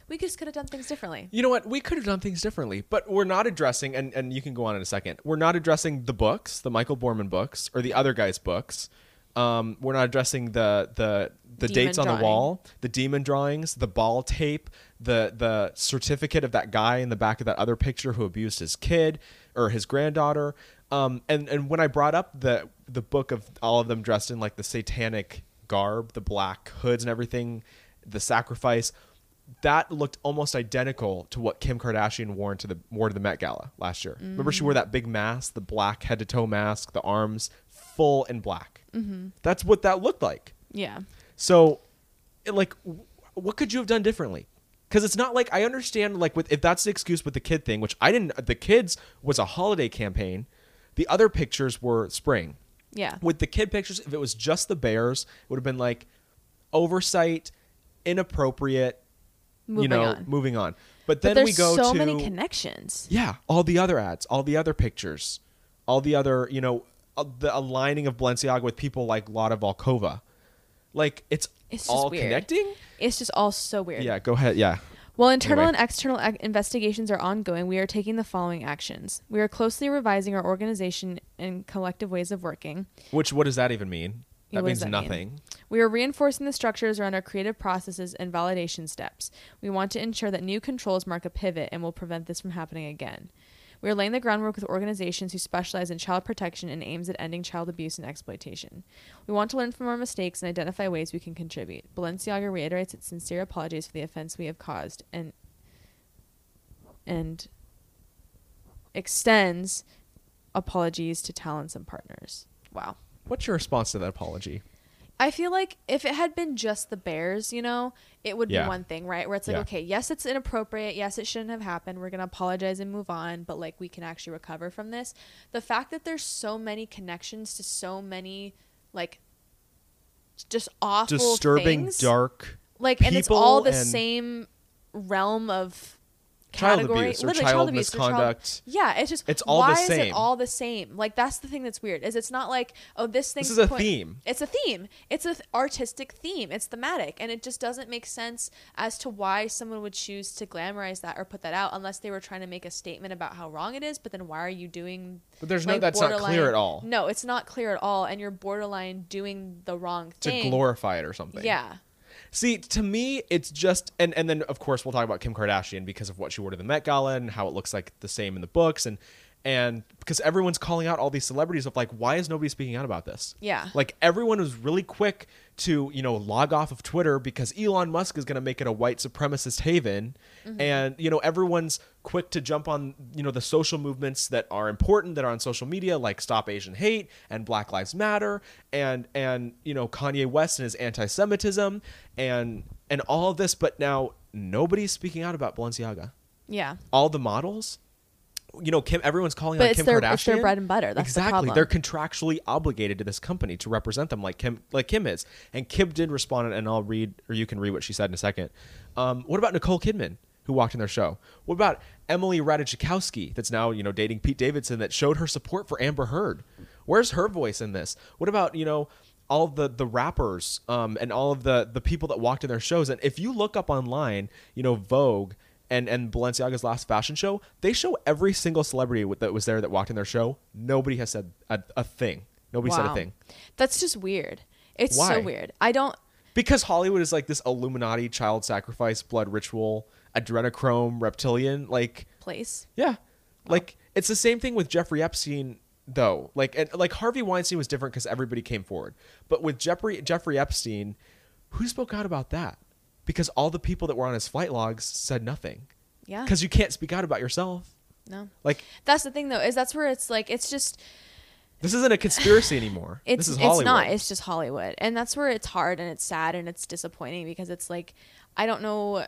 Speaker 2: We just could have done things differently.
Speaker 1: You know what? We could have done things differently, but we're not addressing, and, and you can go on in a second. We're not addressing the books, the Michael Borman books, or the other guy's books. Um, we're not addressing the the the
Speaker 2: Demon
Speaker 1: dates on
Speaker 2: drawing.
Speaker 1: the wall, the demon drawings, the ball tape, the the certificate of that guy in the back of that other picture who abused his kid or his granddaughter. Um, and and when I brought up the the book of all of them dressed in like the satanic garb, the black hoods and everything, the sacrifice, that looked almost identical to what Kim Kardashian wore to the wore to the Met Gala last year. Remember,
Speaker 2: Mm.
Speaker 1: she wore that big mask, the black head to toe mask, the arms full in black. Mm-hmm. That's what that looked like.
Speaker 2: Yeah.
Speaker 1: So, it- like, w- what could you have done differently? Because it's not like I understand like with if that's the excuse with the kid thing, which I didn't. The kids was a holiday campaign. The other pictures were spring.
Speaker 2: Yeah.
Speaker 1: With the kid pictures, if it was just the bears, it would have been like oversight, inappropriate. you
Speaker 2: Moving
Speaker 1: know,
Speaker 2: on.
Speaker 1: moving on. But
Speaker 2: But
Speaker 1: then
Speaker 2: there's
Speaker 1: we go
Speaker 2: so
Speaker 1: to
Speaker 2: many connections.
Speaker 1: yeah, all the other ads, all the other pictures, all the other, you know, uh, the aligning of Balenciaga with people like Lotta Volkova. Like it's,
Speaker 2: It's just
Speaker 1: all
Speaker 2: weird.
Speaker 1: connecting?
Speaker 2: It's just all so weird.
Speaker 1: Yeah, go ahead. Yeah.
Speaker 2: While internal
Speaker 1: Anyway.
Speaker 2: and external ac- investigations are ongoing, we are taking the following actions. We are closely revising our organization and collective ways of working.
Speaker 1: Which what does that even mean? That
Speaker 2: What
Speaker 1: means
Speaker 2: does that mean?
Speaker 1: nothing.
Speaker 2: We are reinforcing the structures around our creative processes and validation steps. We want to ensure that new controls mark a pivot and will prevent this from happening again. We are laying the groundwork with organizations who specialize in child protection and aims at ending child abuse and exploitation. We want to learn from our mistakes and identify ways we can contribute. Balenciaga reiterates its sincere apologies for the offense we have caused and and extends apologies to talents and partners. Wow.
Speaker 1: What's your response to that apology?
Speaker 2: I feel like if it had been just the Bears, you know, it would
Speaker 1: Yeah.
Speaker 2: be one thing, right? Where it's like,
Speaker 1: Yeah.
Speaker 2: okay, yes, it's inappropriate. Yes, it shouldn't have happened. We're going to apologize and move on, but like we can actually recover from this. The fact that there's so many connections to so many, like, just awful,
Speaker 1: Disturbing,
Speaker 2: things,
Speaker 1: dark.
Speaker 2: like, and it's
Speaker 1: people
Speaker 2: all the
Speaker 1: and-
Speaker 2: same realm of
Speaker 1: Child
Speaker 2: category,
Speaker 1: abuse or
Speaker 2: literally
Speaker 1: child
Speaker 2: abuse or
Speaker 1: misconduct.
Speaker 2: yeah, it's just
Speaker 1: It's all the
Speaker 2: why Is it
Speaker 1: same.
Speaker 2: all the same? Like that's the thing that's weird. Is it's not like oh this thing.
Speaker 1: is a theme.
Speaker 2: It's a theme. It's an artistic theme. It's thematic, and it just doesn't make sense as to why someone would choose to glamorize that or put that out unless they were trying to make a statement about how wrong it is. But then why are you doing?
Speaker 1: But there's no- that's not clear
Speaker 2: borderline-
Speaker 1: at all.
Speaker 2: No, it's not clear at all, and you're borderline doing the wrong
Speaker 1: To
Speaker 2: thing.
Speaker 1: glorify it or something.
Speaker 2: Yeah.
Speaker 1: See, to me, it's just and and then of course we'll talk about Kim Kardashian because of what she wore to the Met Gala and how it looks like the same in the books and and because everyone's calling out all these celebrities of like why is nobody speaking out about this?
Speaker 2: Yeah.
Speaker 1: Like everyone was really quick to, you know, log off of Twitter because Elon Musk is going to make it a white supremacist haven and you know everyone's quick to jump on, you know, the social movements that are important that are on social media like Stop Asian Hate and Black Lives Matter and and you know Kanye West and his anti-Semitism and and all of this but now nobody's speaking out about Balenciaga.
Speaker 2: Yeah.
Speaker 1: All the models you know, Kim. Everyone's calling
Speaker 2: But
Speaker 1: on
Speaker 2: it's
Speaker 1: Kim
Speaker 2: their-
Speaker 1: Kardashian.
Speaker 2: it's their bread and butter. That's the
Speaker 1: exactly.
Speaker 2: problem.
Speaker 1: They're contractually obligated to this company to represent them like Kim like Kim is. And Kim did respond and I'll read or you can read what she said in a second. Um, what about Nicole Kidman who walked in their show? What about Emily Ratajkowski that's now, you know, dating Pete Davidson that showed her support for Amber Heard? Where's her voice in this? What about, you know, all the the rappers um, and all of the the people that walked in their shows and if you look up online, you know, Vogue and and Balenciaga's last fashion show, they show every single celebrity with- that was there that walked in their show. Nobody has said a, a thing. Nobody said a
Speaker 2: Wow.
Speaker 1: thing
Speaker 2: That's just weird. It's
Speaker 1: Why?
Speaker 2: so weird. I don't.
Speaker 1: because Hollywood is like this Illuminati child sacrifice blood ritual adrenochrome reptilian like
Speaker 2: Place.
Speaker 1: Yeah. Like it's the same thing with Jeffrey Epstein though. Like and like Harvey Weinstein was different cuz everybody came forward. But with Jeffrey Jeffrey Epstein, who spoke out about that? Because all the people that were on his flight logs said nothing.
Speaker 2: Yeah.
Speaker 1: Cuz you can't speak out about yourself.
Speaker 2: No.
Speaker 1: Like
Speaker 2: That's the thing, though, is that's where it's like it's just
Speaker 1: this isn't a conspiracy anymore.
Speaker 2: it's
Speaker 1: this is Hollywood.
Speaker 2: it's not. It's just Hollywood, and that's where it's hard and it's sad and it's disappointing because it's like I don't know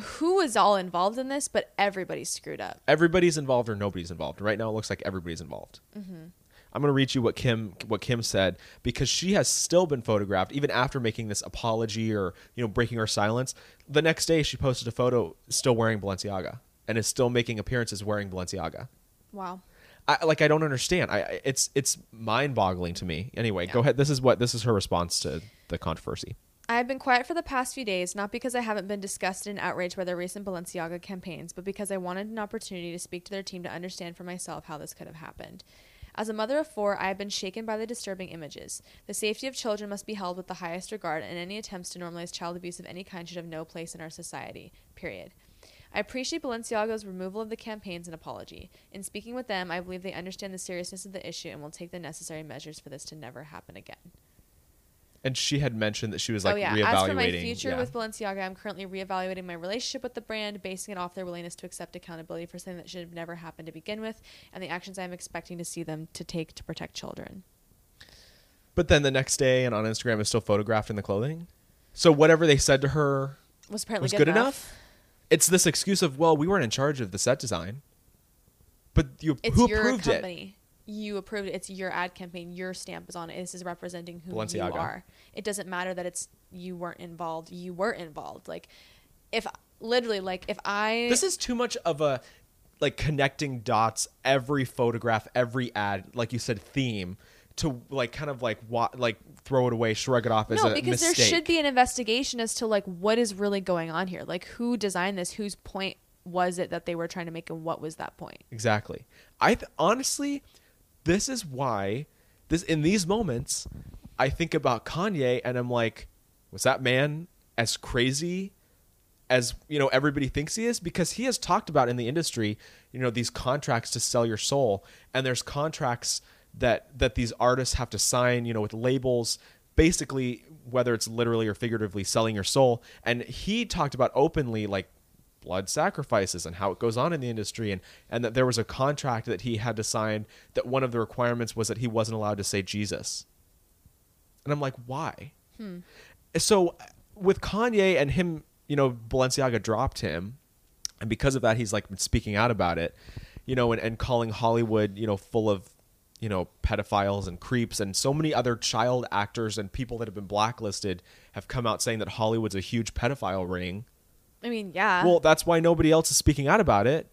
Speaker 2: who is all involved in this, but everybody's screwed up.
Speaker 1: everybody's involved or nobody's involved. Right now, it looks like everybody's involved.
Speaker 2: Mm-hmm.
Speaker 1: I'm going to read you what Kim what Kim said because she has still been photographed even after making this apology or you know breaking her silence. The next day, she posted a photo still wearing Balenciaga and is still making appearances wearing Balenciaga.
Speaker 2: Wow.
Speaker 1: I, like I don't understand. I- I it's it's mind boggling to me. Anyway, go
Speaker 2: Yeah.
Speaker 1: ahead. This is what this is her response to the controversy.
Speaker 2: I have been quiet for the past few days, not because I haven't been disgusted and outraged by the recent Balenciaga campaigns, but because I wanted an opportunity to speak to their team to understand for myself how this could have happened. As a mother of four, I have been shaken by the disturbing images. The safety of children must be held with the highest regard, and any attempts to normalize child abuse of any kind should have no place in our society. Period. I appreciate Balenciaga's removal of the campaigns and apology. In speaking with them, I believe they understand the seriousness of the issue and will take the necessary measures for this to never happen again
Speaker 1: And she had mentioned that she was like reevaluating.
Speaker 2: Oh, as for my future
Speaker 1: yeah.
Speaker 2: with Balenciaga, I'm currently reevaluating my relationship with the brand, basing it off their willingness to accept accountability for something that should have never happened to begin with, and the actions I'm expecting to see them to take to protect children.
Speaker 1: But then the next day and on Instagram is still photographed in the clothing. So whatever they said to her
Speaker 2: Was apparently
Speaker 1: was good enough. It's this excuse of, well, we weren't in charge of the set design. But you,
Speaker 2: It's
Speaker 1: who
Speaker 2: your
Speaker 1: approved it?
Speaker 2: company. You approved it. It's your ad campaign. Your stamp is on it. This is representing who
Speaker 1: Balenciaga.
Speaker 2: you are. It doesn't matter that it's you weren't involved. You were involved. Like, if literally, like, if I
Speaker 1: This is too much of a like connecting dots every photograph, every ad, like you said, theme to like kind of like wa- like throw it away, shrug it off as
Speaker 2: no,
Speaker 1: a
Speaker 2: because
Speaker 1: mistake.
Speaker 2: there should be an investigation as to like what is really going on here. Like who designed this? Whose point was it that they were trying to make, and what was that point?
Speaker 1: Exactly. I th- honestly, this is why this in these moments, I think about Kanye and I'm like, was that man as crazy as you know everybody thinks he is? Because he has talked about in the industry, you know, these contracts to sell your soul, and there's contracts that that these artists have to sign, you know, with labels. Basically, whether it's literally or figuratively selling your soul, and he talked about openly like blood sacrifices and how it goes on in the industry and and that there was a contract that he had to sign that one of the requirements was that he wasn't allowed to say Jesus. And I'm like, why? So with Kanye and him, you know, Balenciaga dropped him and because of that he's like been speaking out about it, you know, and, and calling Hollywood, you know, full of you know, pedophiles and creeps and so many other child actors and people that have been blacklisted have come out saying that Hollywood's a huge pedophile ring.
Speaker 2: I mean, yeah.
Speaker 1: Well, that's why nobody else is speaking out about it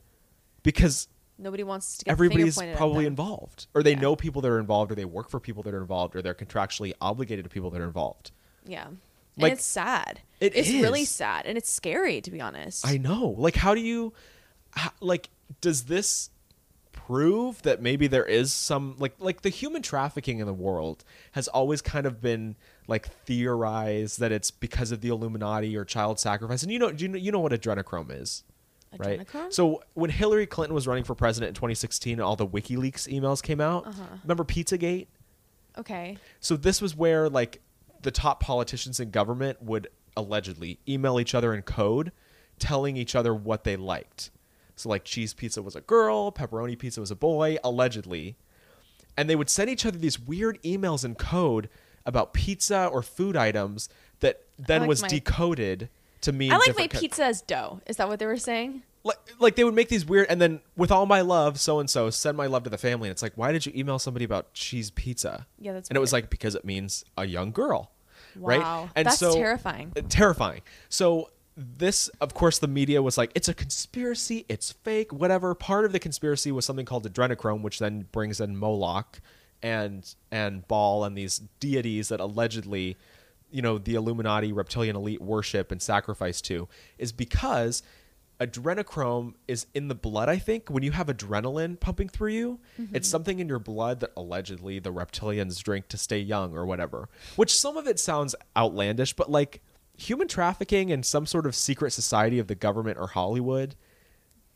Speaker 1: because
Speaker 2: nobody wants to get
Speaker 1: everybody's
Speaker 2: the finger pointed
Speaker 1: probably
Speaker 2: at them.
Speaker 1: involved or they know people that are involved or they work for people that are involved or they're contractually obligated to people that are involved.
Speaker 2: Yeah, and
Speaker 1: Like,
Speaker 2: it's sad.
Speaker 1: it
Speaker 2: it's really
Speaker 1: is.
Speaker 2: sad, and it's scary to be honest.
Speaker 1: I know. Like how do you how, like does this prove that maybe there is some like like the human trafficking in the world has always kind of been like theorized that it's because of the Illuminati or child sacrifice. And you know you know, you know what adrenochrome is?
Speaker 2: Adrenochrome?
Speaker 1: Right. So when Hillary Clinton was running for president in 2016 and all the WikiLeaks emails came out, remember Pizzagate?
Speaker 2: okay,
Speaker 1: So this was where like the top politicians in government would allegedly email each other in code, telling each other what they liked. So like cheese pizza was a girl, pepperoni pizza was a boy, allegedly. And they would send each other these weird emails in code about pizza or food items that then
Speaker 2: like
Speaker 1: was
Speaker 2: my-
Speaker 1: decoded to mean
Speaker 2: I like my
Speaker 1: different co-
Speaker 2: pizza as dough. Is that what they were saying?
Speaker 1: like, like they would make these weird and then with all my love so and so send my love to the family and it's like why did you email somebody about cheese pizza
Speaker 2: Yeah, that's
Speaker 1: and it was
Speaker 2: weird.
Speaker 1: like because it means a young girl
Speaker 2: Wow.
Speaker 1: right and
Speaker 2: That's
Speaker 1: so
Speaker 2: terrifying.
Speaker 1: uh, terrifying so this of course the media was like it's a conspiracy it's fake whatever part of the conspiracy was something called adrenochrome which then brings in moloch and and baal and these deities that allegedly you know the illuminati reptilian elite worship and sacrifice to is because adrenochrome is in the blood, I think. When you have adrenaline pumping through you,
Speaker 2: Mm-hmm.
Speaker 1: it's something in your blood that allegedly the reptilians drink to stay young or whatever. Which some of it sounds outlandish, but like human trafficking and some sort of secret society of the government or Hollywood.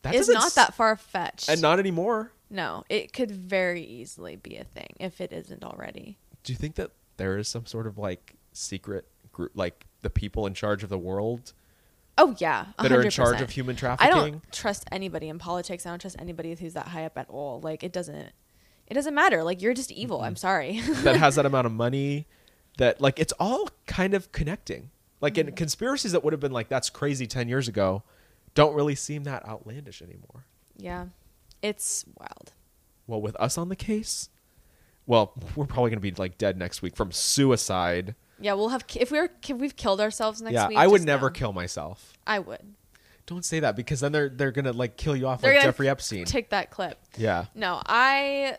Speaker 1: That
Speaker 2: It's
Speaker 1: doesn't
Speaker 2: not
Speaker 1: s-
Speaker 2: that far fetched.
Speaker 1: And not anymore.
Speaker 2: no, it could very easily be a thing if it isn't already.
Speaker 1: Do you think that there is some sort of like secret group, like the people in charge of the world?
Speaker 2: Oh yeah,
Speaker 1: That are in
Speaker 2: 100%.
Speaker 1: charge of human
Speaker 2: I
Speaker 1: trafficking?
Speaker 2: don't trust anybody in politics. I don't trust anybody who's that high up at all. Like it doesn't, it doesn't matter. Like you're just evil. I'm sorry.
Speaker 1: that has that amount of money that like it's all kind of connecting like
Speaker 2: Mm-hmm.
Speaker 1: in conspiracies that would have been like that's crazy 10 years ago don't really seem that outlandish anymore
Speaker 2: yeah, it's wild.
Speaker 1: well with us on the case well we're probably going to be like dead next week from suicide
Speaker 2: Yeah, we'll have if we're if we've killed ourselves next
Speaker 1: yeah
Speaker 2: week.
Speaker 1: i would
Speaker 2: just
Speaker 1: never
Speaker 2: know.
Speaker 1: kill myself
Speaker 2: I would.
Speaker 1: don't say that because then they're they're going to like kill you off
Speaker 2: They're
Speaker 1: like
Speaker 2: gonna
Speaker 1: jeffrey epstein
Speaker 2: Take that clip.
Speaker 1: yeah
Speaker 2: No, I.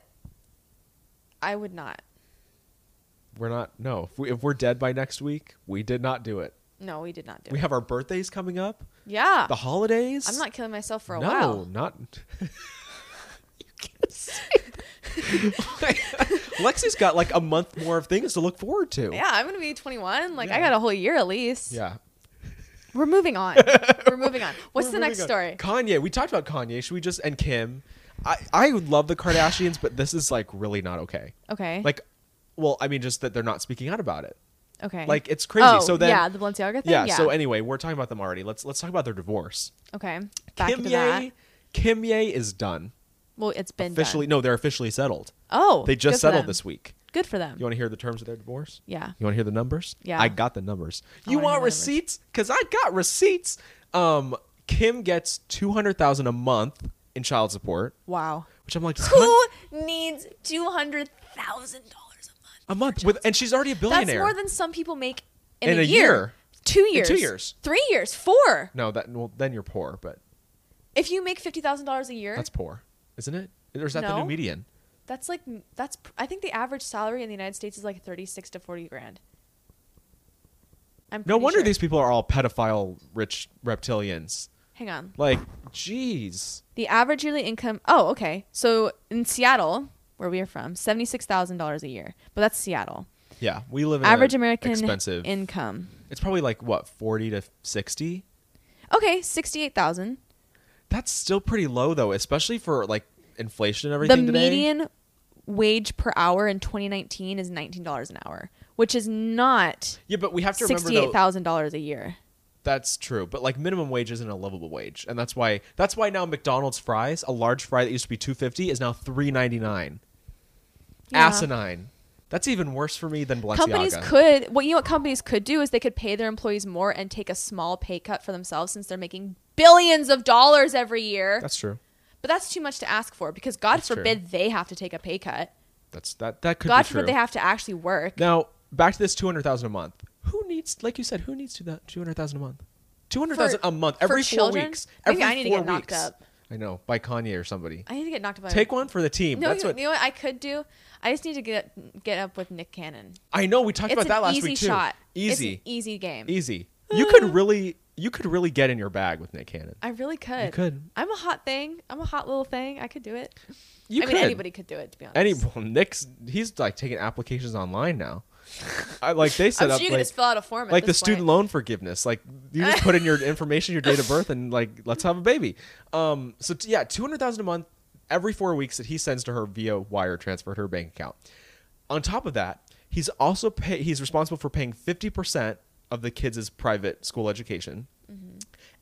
Speaker 2: I would not.
Speaker 1: we're not no if, we, if we're dead by next week we did not do it
Speaker 2: No, we did not do
Speaker 1: we
Speaker 2: it.
Speaker 1: have our birthdays coming up
Speaker 2: yeah,
Speaker 1: the holidays
Speaker 2: I'm not killing myself for a
Speaker 1: no,
Speaker 2: while.
Speaker 1: not. you can't say. Lexi's got like a month more of things to look forward to.
Speaker 2: Yeah, I'm gonna be 21. Like I
Speaker 1: Yeah.
Speaker 2: got a whole year at least.
Speaker 1: Yeah.
Speaker 2: We're moving on. We're moving on. What's the
Speaker 1: We're
Speaker 2: next
Speaker 1: moving
Speaker 2: story?
Speaker 1: on. Kanye. We talked about Kanye. Should we just and Kim? I I love the Kardashians, but this is like really not okay.
Speaker 2: Okay.
Speaker 1: Like, well, I mean, just that they're not speaking out about it.
Speaker 2: okay.
Speaker 1: Like it's crazy.
Speaker 2: Oh,
Speaker 1: so then
Speaker 2: yeah, the Balenciaga thing.
Speaker 1: yeah, So anyway, we're talking about them already. Let's let's talk about their divorce.
Speaker 2: okay. Back
Speaker 1: Kim
Speaker 2: to that.
Speaker 1: Ye, Kim Ye is done.
Speaker 2: Well, it's been done.
Speaker 1: officially, no, they're officially settled.
Speaker 2: Oh,
Speaker 1: They
Speaker 2: good
Speaker 1: just
Speaker 2: for
Speaker 1: settled
Speaker 2: them.
Speaker 1: this week.
Speaker 2: Good for them.
Speaker 1: You want to hear the terms of their divorce?
Speaker 2: Yeah.
Speaker 1: You want to hear the numbers?
Speaker 2: Yeah.
Speaker 1: I got the numbers. You
Speaker 2: wanna hear
Speaker 1: want
Speaker 2: the numbers.
Speaker 1: receipts? Cause I got receipts. Um, Kim gets two hundred thousand a month in child support,
Speaker 2: Wow.
Speaker 1: which I'm like, does
Speaker 2: Who
Speaker 1: Kanye-
Speaker 2: needs two hundred thousand dollars a month?
Speaker 1: a month with, and she's already a
Speaker 2: That's
Speaker 1: billionaire.
Speaker 2: more than some people make in,
Speaker 1: In
Speaker 2: a,
Speaker 1: a
Speaker 2: year.
Speaker 1: year.
Speaker 2: Two
Speaker 1: In
Speaker 2: years.
Speaker 1: two years.
Speaker 2: Three years. Four.
Speaker 1: no, that well, then you're poor, but
Speaker 2: If you make fifty thousand dollars a year,
Speaker 1: that's
Speaker 2: that's,
Speaker 1: poor, isn't it? Or is that the
Speaker 2: No.
Speaker 1: new median?
Speaker 2: like that's. pr- I think the average salary in the United States is like thirty-six to forty grand. I'm
Speaker 1: No
Speaker 2: pretty
Speaker 1: wonder
Speaker 2: sure.
Speaker 1: these people are all pedophile, rich reptilians.
Speaker 2: Hang on.
Speaker 1: Like, jeez.
Speaker 2: The average yearly income. Oh, okay. So in Seattle, where we are from, seventy-six thousand dollars a year, but that's Seattle.
Speaker 1: Yeah, we live in a
Speaker 2: average American
Speaker 1: expensive.
Speaker 2: income.
Speaker 1: it's probably like what forty to sixty.
Speaker 2: Okay, sixty-eight thousand.
Speaker 1: That's still pretty low though, especially for like inflation and
Speaker 2: The
Speaker 1: everything today.
Speaker 2: median wage per hour in 2019 is nineteen dollars an hour, which is not
Speaker 1: yeah, but we have to remember
Speaker 2: sixty-eight
Speaker 1: though,
Speaker 2: thousand dollars a year.
Speaker 1: that's true. But like minimum wage isn't a livable wage, and that's why that's why now McDonald's fries, a large fry that used to be two fifty, is now three ninety nine.
Speaker 2: Yeah.
Speaker 1: Asinine. That's even worse for me than Balenciaga.
Speaker 2: Companies could what you know what companies could do is they could pay their employees more and take a small pay cut for themselves since they're making billions of dollars every year.
Speaker 1: That's true.
Speaker 2: But that's too much to ask for because God
Speaker 1: That's true.
Speaker 2: forbid they have to take a pay cut.
Speaker 1: That's that. That could
Speaker 2: God
Speaker 1: be true.
Speaker 2: forbid they have to actually work.
Speaker 1: now back to this two hundred thousand a month. Who needs, like you said, who needs two hundred thousand a month? Two hundred thousand a month
Speaker 2: for
Speaker 1: every four
Speaker 2: children?
Speaker 1: weeks.
Speaker 2: Maybe
Speaker 1: Every
Speaker 2: I need to
Speaker 1: four
Speaker 2: get knocked
Speaker 1: weeks.
Speaker 2: up.
Speaker 1: I know by Kanye or somebody.
Speaker 2: I need to get knocked up.
Speaker 1: Take one for the team.
Speaker 2: No,
Speaker 1: That's
Speaker 2: you,
Speaker 1: what
Speaker 2: you know what I could do? I just need to get get up with Nick Cannon.
Speaker 1: I know. We talked
Speaker 2: It's
Speaker 1: about
Speaker 2: an
Speaker 1: that last
Speaker 2: easy
Speaker 1: week too.
Speaker 2: shot.
Speaker 1: Easy,
Speaker 2: It's an easy game.
Speaker 1: easy. You
Speaker 2: Eh.
Speaker 1: could really, you could really get in your bag with Nick Cannon.
Speaker 2: I really could.
Speaker 1: You could.
Speaker 2: I'm a hot thing. I'm a hot little thing. I could do it.
Speaker 1: You
Speaker 2: I
Speaker 1: could.
Speaker 2: mean, anybody could do it. To be honest,
Speaker 1: Any well, Nick's, he's like taking applications online now. I, like they set
Speaker 2: I'm
Speaker 1: up
Speaker 2: sure you could
Speaker 1: like,
Speaker 2: just fill out a form. At
Speaker 1: like the
Speaker 2: this
Speaker 1: student
Speaker 2: point.
Speaker 1: loan forgiveness. Like you just put in your information, your date of birth, and like let's have a baby. Um. So t- yeah, two hundred thousand a month every four weeks that he sends to her via wire transfer to her bank account. On top of that, he's also pay- he's responsible for paying fifty percent of the kids' private school education,
Speaker 2: Mm-hmm.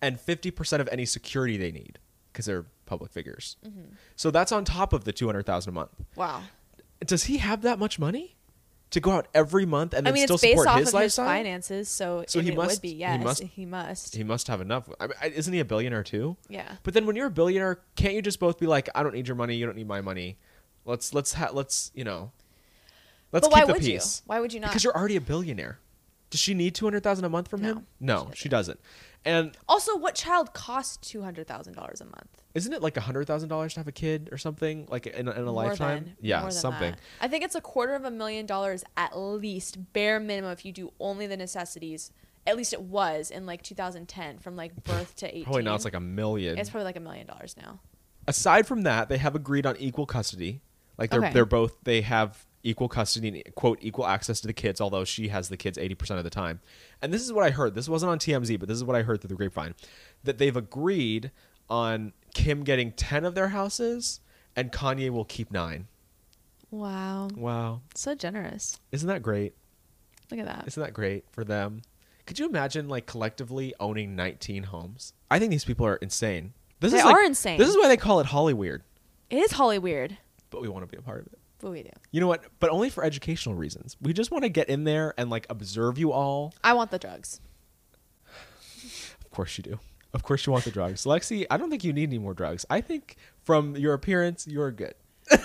Speaker 1: and fifty percent of any security they need because they're public figures.
Speaker 2: Mm-hmm.
Speaker 1: So that's on top of the two hundred thousand a month.
Speaker 2: Wow.
Speaker 1: Does he have that much money to go out every month and
Speaker 2: I
Speaker 1: then
Speaker 2: mean,
Speaker 1: still
Speaker 2: it's based
Speaker 1: support
Speaker 2: off
Speaker 1: his
Speaker 2: of his
Speaker 1: lifestyle?
Speaker 2: finances, so,
Speaker 1: So
Speaker 2: I
Speaker 1: he
Speaker 2: mean, it
Speaker 1: must-
Speaker 2: would be
Speaker 1: he
Speaker 2: yes.
Speaker 1: must-
Speaker 2: He must.
Speaker 1: He must have enough. I mean, I- isn't he a billionaire too?
Speaker 2: Yeah.
Speaker 1: But then when you're a billionaire, can't you just both be like, I don't need your money, you don't need my money. Let's let's ha- let's you know, let's
Speaker 2: But
Speaker 1: keep
Speaker 2: why
Speaker 1: the
Speaker 2: would you?
Speaker 1: peace.
Speaker 2: Why would you not?
Speaker 1: Because you're already a billionaire. Does she need two hundred thousand a month from
Speaker 2: No,
Speaker 1: him? No, she doesn't. And
Speaker 2: Also, what child costs two hundred thousand dollars a month?
Speaker 1: isn't it like hundred thousand dollars to have a kid or something like in, a- in a lifetime?
Speaker 2: Than,
Speaker 1: yeah,
Speaker 2: more than
Speaker 1: something.
Speaker 2: that. I think it's a quarter of a million dollars at least, bare minimum, if you do only the necessities At least it was in like 2010, from like birth to 18.
Speaker 1: Probably now it's like a million.
Speaker 2: it's probably like a million dollars now.
Speaker 1: Aside from that, they have agreed on equal custody. Like they're
Speaker 2: Okay.
Speaker 1: they're both they have equal custody and quote equal access to the kids, although she has the kids eighty percent of the time. And this is what I heard. This wasn't on TMZ, but this is what I heard through the grapevine that they've agreed on Kim getting ten of their houses and Kanye will keep nine.
Speaker 2: Wow,
Speaker 1: Wow,
Speaker 2: so generous.
Speaker 1: isn't that great?
Speaker 2: Look at that.
Speaker 1: Isn't that great for them? Could you imagine like collectively owning 19 homes? I think these people are insane. This
Speaker 2: They
Speaker 1: is like-
Speaker 2: are insane.
Speaker 1: This is why they call it Holly weird,
Speaker 2: It is Holly weird,
Speaker 1: but we want to be a part of it.
Speaker 2: but we do.
Speaker 1: You know what? But only for educational reasons. We just want to get in there and like observe you all.
Speaker 2: I want the drugs.
Speaker 1: Of course you do. Of course you want the drugs. Lexi, I don't think you need any more drugs. I think from your appearance, you're good.
Speaker 2: I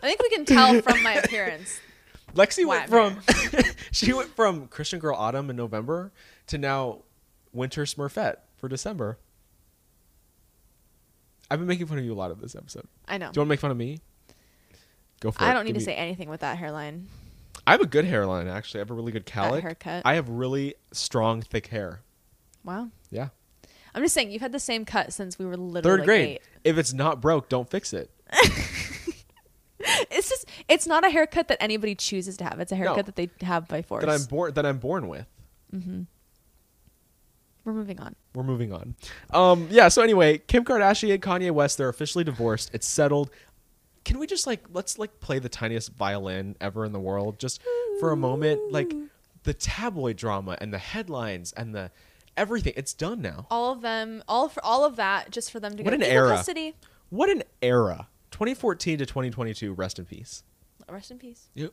Speaker 2: think we can tell from my appearance.
Speaker 1: Lexi went
Speaker 2: Whatever.
Speaker 1: from she went from Christian Girl Autumn in November to now Winter Smurfette for December. I've been making fun of you a lot of this episode.
Speaker 2: I know.
Speaker 1: Do you want to make fun of me? Go for it.
Speaker 2: I don't need
Speaker 1: Give
Speaker 2: to
Speaker 1: me-
Speaker 2: say anything with that hairline.
Speaker 1: I have a good hairline actually. I have a really good cowlick.
Speaker 2: haircut.
Speaker 1: I have really strong, thick hair.
Speaker 2: Wow.
Speaker 1: Yeah.
Speaker 2: I'm just saying, you've had the same cut since we were literally
Speaker 1: Third grade.
Speaker 2: eight.
Speaker 1: If it's not broke, don't fix it.
Speaker 2: It's just, it's not a haircut that anybody chooses to have. It's a haircut that they have by force.
Speaker 1: That I'm born. That I'm born with.
Speaker 2: We're moving on.
Speaker 1: we're moving on. Um, yeah. So anyway, Kim Kardashian and Kanye West they're officially divorced. It's settled. Can we just like let's like play the tiniest violin ever in the world just for a moment? Like the tabloid drama and the headlines and the everything. It's done now.
Speaker 2: All of them, all for all of that, just for them to
Speaker 1: What
Speaker 2: go
Speaker 1: an
Speaker 2: "Equal
Speaker 1: era.
Speaker 2: custody.
Speaker 1: What an era. 2014 to 2022. Rest in peace.
Speaker 2: Rest in peace.
Speaker 1: You-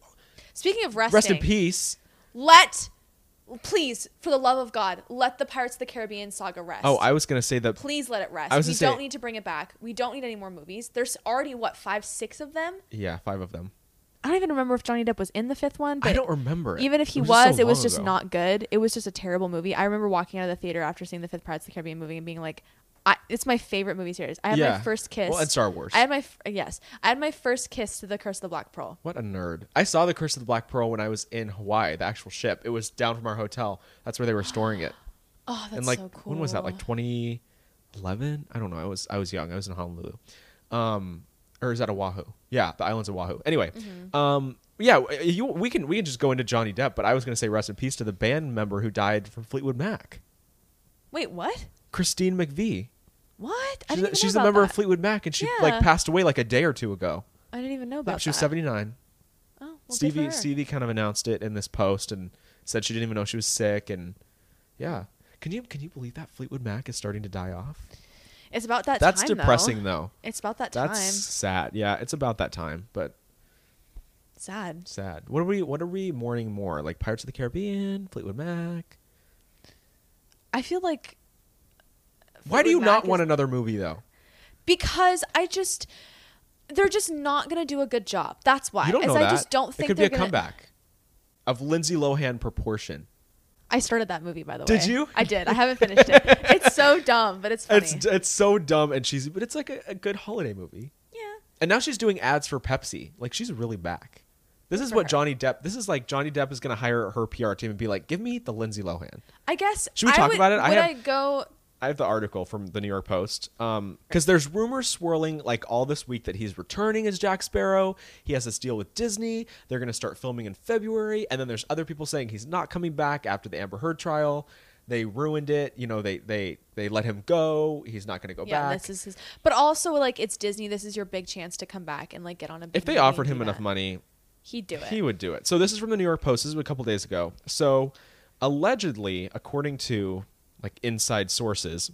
Speaker 2: Speaking of resting,
Speaker 1: Rest in peace.
Speaker 2: Let, please, for the love of God, let the Pirates of the Caribbean saga rest.
Speaker 1: Oh, I was gonna say that.
Speaker 2: please let it rest.
Speaker 1: I was
Speaker 2: we
Speaker 1: gonna say-
Speaker 2: don't need to bring it back. We don't need any more movies. There's already what five, six of them.
Speaker 1: Yeah, five of them.
Speaker 2: I don't even remember if Johnny Depp was in the fifth one. But
Speaker 1: I don't remember it.
Speaker 2: Even if he
Speaker 1: It
Speaker 2: was,
Speaker 1: was just so
Speaker 2: it was
Speaker 1: long
Speaker 2: just
Speaker 1: ago.
Speaker 2: not good. It was just a terrible movie. I remember walking out of the theater after seeing the fifth Pirates of the Caribbean movie and being like, I, "It's my favorite movie series." I had
Speaker 1: Yeah.
Speaker 2: my first kiss.
Speaker 1: Well, and Star Wars.
Speaker 2: I had my f- yes. I had my first kiss to the Curse of the Black Pearl.
Speaker 1: What a nerd. I saw the Curse of the Black Pearl when I was in Hawaii, the actual ship. It was down from our hotel. That's where they were storing it.
Speaker 2: Oh, that's
Speaker 1: and like
Speaker 2: so cool.
Speaker 1: when was that? Like 2011? I don't know. I was I was young. I was in Honolulu. Um or is that Oahu? Yeah, the islands of Oahu. Anyway,
Speaker 2: Mm-hmm.
Speaker 1: um yeah, w- you, we can we can just go into Johnny Depp, but I was going to say rest in peace to the band member who died from Fleetwood Mac.
Speaker 2: Wait, what?
Speaker 1: Christine McVie.
Speaker 2: What? I
Speaker 1: She's,
Speaker 2: didn't
Speaker 1: a,
Speaker 2: even
Speaker 1: she's
Speaker 2: know
Speaker 1: a
Speaker 2: about
Speaker 1: member
Speaker 2: that.
Speaker 1: of Fleetwood Mac and she
Speaker 2: Yeah.
Speaker 1: like passed away like a day or two ago.
Speaker 2: I didn't even know
Speaker 1: Yep,
Speaker 2: about.
Speaker 1: she was
Speaker 2: that.
Speaker 1: 79.
Speaker 2: Oh, well, good for
Speaker 1: Stevie
Speaker 2: her.
Speaker 1: Stevie kind of announced it in this post and said she didn't even know she was sick and yeah. Can you can you believe that Fleetwood Mac is starting to die off?
Speaker 2: It's about that.
Speaker 1: That's
Speaker 2: time, though.
Speaker 1: depressing though.
Speaker 2: It's about that
Speaker 1: That's
Speaker 2: time.
Speaker 1: sad. Yeah, it's about that time, but
Speaker 2: Sad.
Speaker 1: sad. What are we what are we mourning more? Like Pirates of the Caribbean, Fleetwood Mac?
Speaker 2: I feel like
Speaker 1: Why do you
Speaker 2: Fleetwood
Speaker 1: not
Speaker 2: Mac is-
Speaker 1: want another movie though?
Speaker 2: because I just they're just not gonna do a good job. That's why.
Speaker 1: You don't
Speaker 2: Is
Speaker 1: know
Speaker 2: I
Speaker 1: that.
Speaker 2: just don't think
Speaker 1: it could be
Speaker 2: they're
Speaker 1: a
Speaker 2: gonna,
Speaker 1: comeback of Lindsay Lohan proportion.
Speaker 2: I started that movie by the way.
Speaker 1: Did you?
Speaker 2: I did. I haven't finished it. It's so dumb, but it's funny.
Speaker 1: It's it's so dumb and cheesy, but it's like a, a good holiday movie.
Speaker 2: yeah.
Speaker 1: And now she's doing ads for Pepsi. Like she's really back. This is
Speaker 2: for
Speaker 1: what
Speaker 2: her.
Speaker 1: Johnny Depp. This is like Johnny Depp is going to hire her PR team and be like, "Give me the Lindsay Lohan."
Speaker 2: I guess.
Speaker 1: Should we
Speaker 2: I
Speaker 1: talk
Speaker 2: would-
Speaker 1: about it? I
Speaker 2: Would I,
Speaker 1: have-
Speaker 2: go?
Speaker 1: I have the article from the New York Post because there's rumors swirling like all this week that he's returning as Jack Sparrow. He has this deal with Disney. They're going to start filming in February, and then there's other people saying he's not coming back after the Amber Heard trial. They ruined it. You know, they they they let him go. He's not going to go
Speaker 2: Yeah,
Speaker 1: back.
Speaker 2: this is his. But also, like, it's Disney. This is your big chance to come back and like get on a. Big
Speaker 1: if they
Speaker 2: movie and
Speaker 1: offered
Speaker 2: do
Speaker 1: him enough
Speaker 2: that.
Speaker 1: money,
Speaker 2: he'd do it.
Speaker 1: He would do it. So this is from the New York Post. This is a couple days ago. So allegedly, according to like inside sources,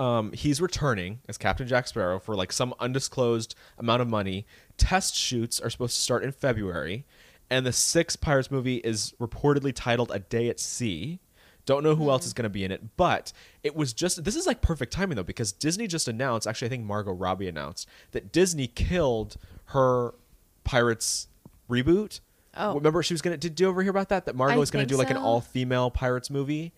Speaker 1: um, he's returning as Captain Jack Sparrow for like some undisclosed amount of money. Test shoots are supposed to start in February, and the sixth Pirates movie is reportedly titled "A Day at Sea." Don't know who
Speaker 2: Mm-hmm.
Speaker 1: else is going to be in it, but it was just this is like perfect timing though because Disney just announced. Actually, I think Margot Robbie announced that Disney killed her Pirates reboot.
Speaker 2: Oh.
Speaker 1: remember she was going to did you ever hear about that? That Margot
Speaker 2: I
Speaker 1: was going
Speaker 2: think
Speaker 1: to do like an
Speaker 2: so.
Speaker 1: all female Pirates movie.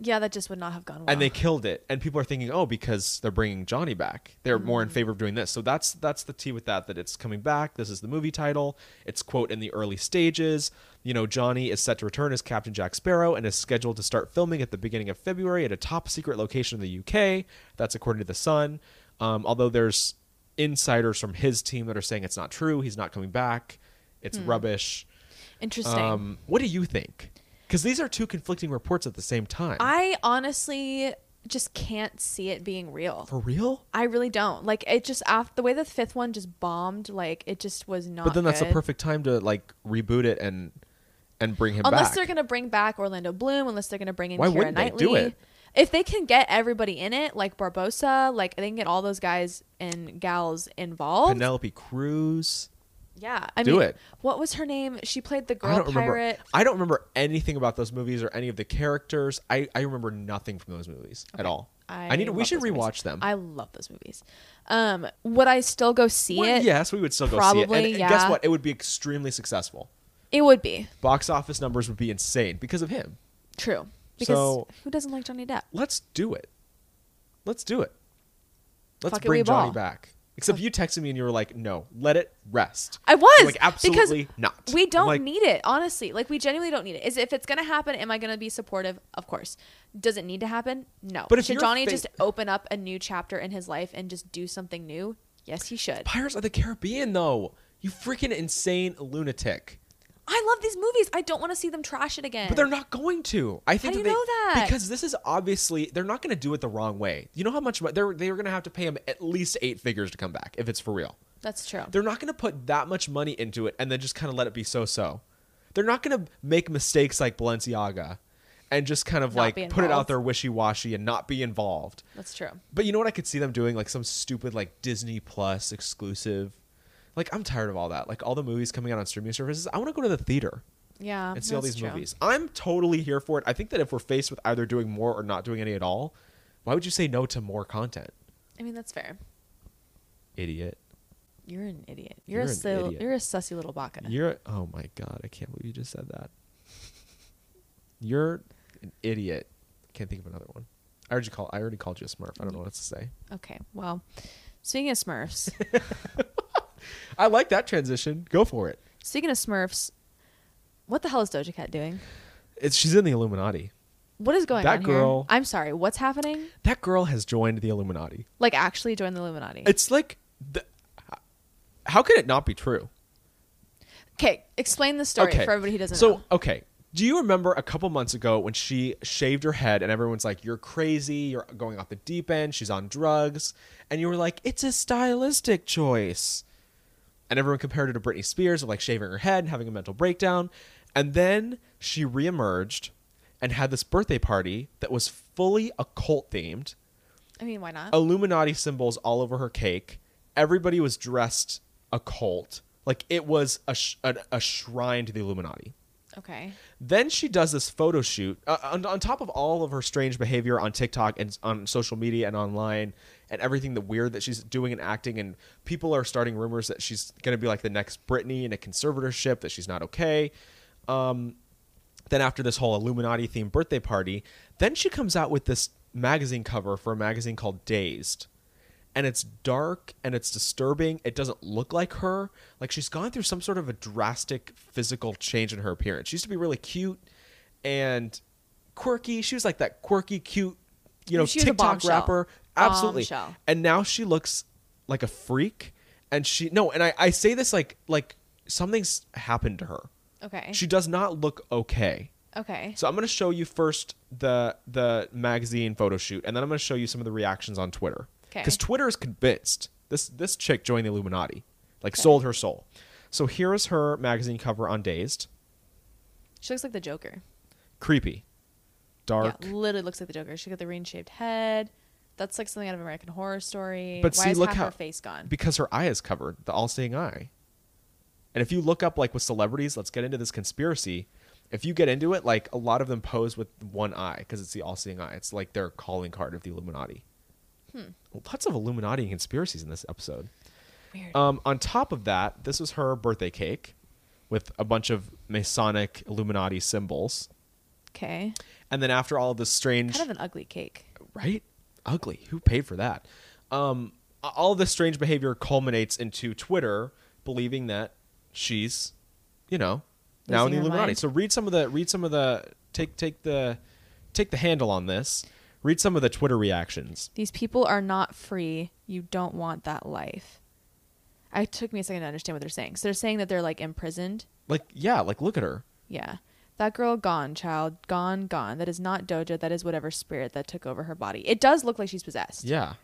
Speaker 2: Yeah, that just would not have gone well.
Speaker 1: and they killed it. And people are thinking, oh, because they're bringing Johnny back, they're more in favor of doing this. So that's that's the tea with that that it's coming back. This is the movie title. It's quote in the early stages. You know, Johnny is set to return as Captain Jack Sparrow and is scheduled to start filming at the beginning of February at a top secret location in the UK. That's according to the Sun. Um, although there's insiders from his team that are saying it's not true. He's not coming back. It's rubbish.
Speaker 2: Interesting.
Speaker 1: Um, what do you think? Because these are two conflicting reports at the same time.
Speaker 2: I honestly just can't see it being real.
Speaker 1: For real?
Speaker 2: I really don't. Like it just after the way the fifth one just bombed, like it just was not.
Speaker 1: But then that's the
Speaker 2: good.
Speaker 1: perfect time to like reboot it and and bring him
Speaker 2: Unless
Speaker 1: back.
Speaker 2: they're gonna bring back Orlando Bloom, unless they're gonna bring in
Speaker 1: Why
Speaker 2: Keira
Speaker 1: wouldn't they
Speaker 2: Knightley.
Speaker 1: do it?
Speaker 2: If they can get everybody in it, like Barbosa, like they can get all those guys and gals involved.
Speaker 1: Penelope Cruz.
Speaker 2: yeah, I
Speaker 1: do
Speaker 2: mean,
Speaker 1: it.
Speaker 2: What was her name? She played the
Speaker 1: I
Speaker 2: girl
Speaker 1: don't remember.
Speaker 2: pirate.
Speaker 1: I don't remember anything about those movies or any of the characters. I, I remember nothing from those movies at all. I, need. to- We
Speaker 2: love
Speaker 1: should
Speaker 2: those movies.
Speaker 1: rewatch them.
Speaker 2: I love those movies. Um, would I still go see
Speaker 1: Well,
Speaker 2: it?
Speaker 1: yes, we would still go see it. And,
Speaker 2: Probably,
Speaker 1: and guess
Speaker 2: yeah.
Speaker 1: what? It would be extremely successful.
Speaker 2: it would be
Speaker 1: Box office numbers would be insane because of him.
Speaker 2: true. Because
Speaker 1: So-
Speaker 2: who doesn't like Johnny Depp?
Speaker 1: Let's do it. Let's do it. Let's
Speaker 2: Fuck it, we
Speaker 1: bring Johnny
Speaker 2: ball.
Speaker 1: back. Except you texted me and you were like, "No, let it rest."
Speaker 2: I was
Speaker 1: I'm like, absolutely
Speaker 2: because
Speaker 1: not.
Speaker 2: We
Speaker 1: I'm
Speaker 2: don't
Speaker 1: like-
Speaker 2: need it, honestly. Like we genuinely don't need it. Is if it's gonna happen, am I gonna be supportive? Of course. Does it need to happen? No.
Speaker 1: But if
Speaker 2: should
Speaker 1: you're
Speaker 2: Johnny
Speaker 1: fa-
Speaker 2: just open up a new chapter in his life and just do something new? Yes, he should.
Speaker 1: Pirates of the Caribbean, though. You freaking insane lunatic.
Speaker 2: I love these movies. I don't want to see them trash it again.
Speaker 1: But they're not going to. I think
Speaker 2: Eh. do you
Speaker 1: they,
Speaker 2: know that?
Speaker 1: because this is obviously they're not going to do it the wrong way. You know how much mo- they're they're going to have to pay him at least eight figures to come back if it's for real.
Speaker 2: That's true.
Speaker 1: They're not going to put that much money into it and then just kind of let it be so so. They're not going to make mistakes like Balenciaga and just kind of
Speaker 2: Not
Speaker 1: like
Speaker 2: be
Speaker 1: put it out
Speaker 2: involved.
Speaker 1: there wishy washy and not be involved.
Speaker 2: That's true.
Speaker 1: But you know what I could see them doing? Like some stupid like Disney Plus exclusive. Like I'm tired of all that. Like all the movies coming out on streaming services. I want to go to the theater
Speaker 2: Yeah.
Speaker 1: and see all
Speaker 2: that's
Speaker 1: these
Speaker 2: true.
Speaker 1: movies. I'm totally here for it. I think that if we're faced with either doing more or not doing any at all, why would you say no to more content?
Speaker 2: I mean, that's fair.
Speaker 1: Idiot.
Speaker 2: You're an idiot. You're,
Speaker 1: You're
Speaker 2: a
Speaker 1: an
Speaker 2: sil-
Speaker 1: idiot.
Speaker 2: you're a sussy little baka.
Speaker 1: You're oh my god, I can't believe you just said that. You're an idiot. Can't think of another one. I already call I already called you a smurf. I don't know what else to say.
Speaker 2: Okay. Well, speaking of Smurfs.
Speaker 1: I like that transition. Go for it.
Speaker 2: Speaking of Smurfs, what the hell is Doja Cat doing?
Speaker 1: It's she's in the Illuminati.
Speaker 2: What is going
Speaker 1: That
Speaker 2: on
Speaker 1: girl-
Speaker 2: here? I'm sorry. What's happening?
Speaker 1: That girl has joined the Illuminati.
Speaker 2: Like actually join the Illuminati.
Speaker 1: It's like, the, how could it not be true?
Speaker 2: Okay, explain the story for everybody who doesn't
Speaker 1: so,
Speaker 2: know.
Speaker 1: okay. Do you remember a couple months ago when she shaved her head and everyone's like, you're crazy, you're going off the deep end, she's on drugs? And you were like, it's a stylistic choice. And everyone compared her to Britney Spears of like shaving her head and having a mental breakdown. And then she reemerged and had this birthday party that was fully occult themed.
Speaker 2: I mean, why
Speaker 1: Oh.
Speaker 2: not?
Speaker 1: Illuminati symbols all over her cake. Everybody was dressed occult. Like it was a, sh- a, a shrine to the Illuminati.
Speaker 2: Okay.
Speaker 1: Then she does this photo shoot uh, on, on top of all of her strange behavior on TikTok and s- on social media and online and everything the weird that she's doing and acting. And people are starting rumors that she's going to be like the next Britney in a conservatorship, that she's not okay. Um, then after this whole Illuminati themed birthday party, then she comes out with this magazine cover for a magazine called Dazed. And it's dark and it's disturbing. It doesn't look like her. Like she's gone through some sort of a drastic physical change in her appearance. She used to be really cute and quirky. She was like that quirky, cute, you know,
Speaker 2: She was a
Speaker 1: TikTok
Speaker 2: bombshell.
Speaker 1: rapper. Absolutely.
Speaker 2: Bombshell.
Speaker 1: And now she looks like a freak. And she no, and I, I say this like like something's happened to her.
Speaker 2: Okay.
Speaker 1: She does not look okay.
Speaker 2: okay.
Speaker 1: So I'm going to show you first the the magazine photo shoot, and then I'm going to show you some of the reactions on Twitter.
Speaker 2: 'Kay.
Speaker 1: Because Twitter is convinced this this chick joined the Illuminati, like sold her soul. So here is her magazine cover on Dazed.
Speaker 2: she looks like the Joker.
Speaker 1: Creepy, dark,
Speaker 2: Yeah, literally looks like the Joker. She got the ring shaped head. That's like something out of American Horror Story.
Speaker 1: But
Speaker 2: why
Speaker 1: see,
Speaker 2: is
Speaker 1: look
Speaker 2: half
Speaker 1: how-
Speaker 2: her face gone?
Speaker 1: because her eye is covered, the all-seeing eye. And if you look up like with celebrities, let's get into this conspiracy. If you get into it, like a lot of them pose with one eye because it's the all-seeing eye. It's like their calling card of the Illuminati.
Speaker 2: Hmm.
Speaker 1: Lots of Illuminati and conspiracies in this episode.
Speaker 2: Weird.
Speaker 1: Um, on top of that, this was her birthday cake with a bunch of Masonic Illuminati symbols.
Speaker 2: Okay.
Speaker 1: And then after all of this strange
Speaker 2: Kind of an ugly cake.
Speaker 1: right? Ugly. Who paid for that? Um, all this strange behavior culminates into Twitter believing that she's, you know, now in
Speaker 2: Losing
Speaker 1: the
Speaker 2: her
Speaker 1: Illuminati.
Speaker 2: mind.
Speaker 1: So read some of the read some of the take take the take the handle on this. Read some of the Twitter reactions.
Speaker 2: These people are not free. You don't want that life. I took me a second to understand what they're saying. So they're saying that they're like imprisoned.
Speaker 1: Like, yeah, like look at her.
Speaker 2: Yeah. That girl gone, child. Gone, gone. That is not Doja. That is whatever spirit that took over her body. It does look like she's possessed.
Speaker 1: Yeah.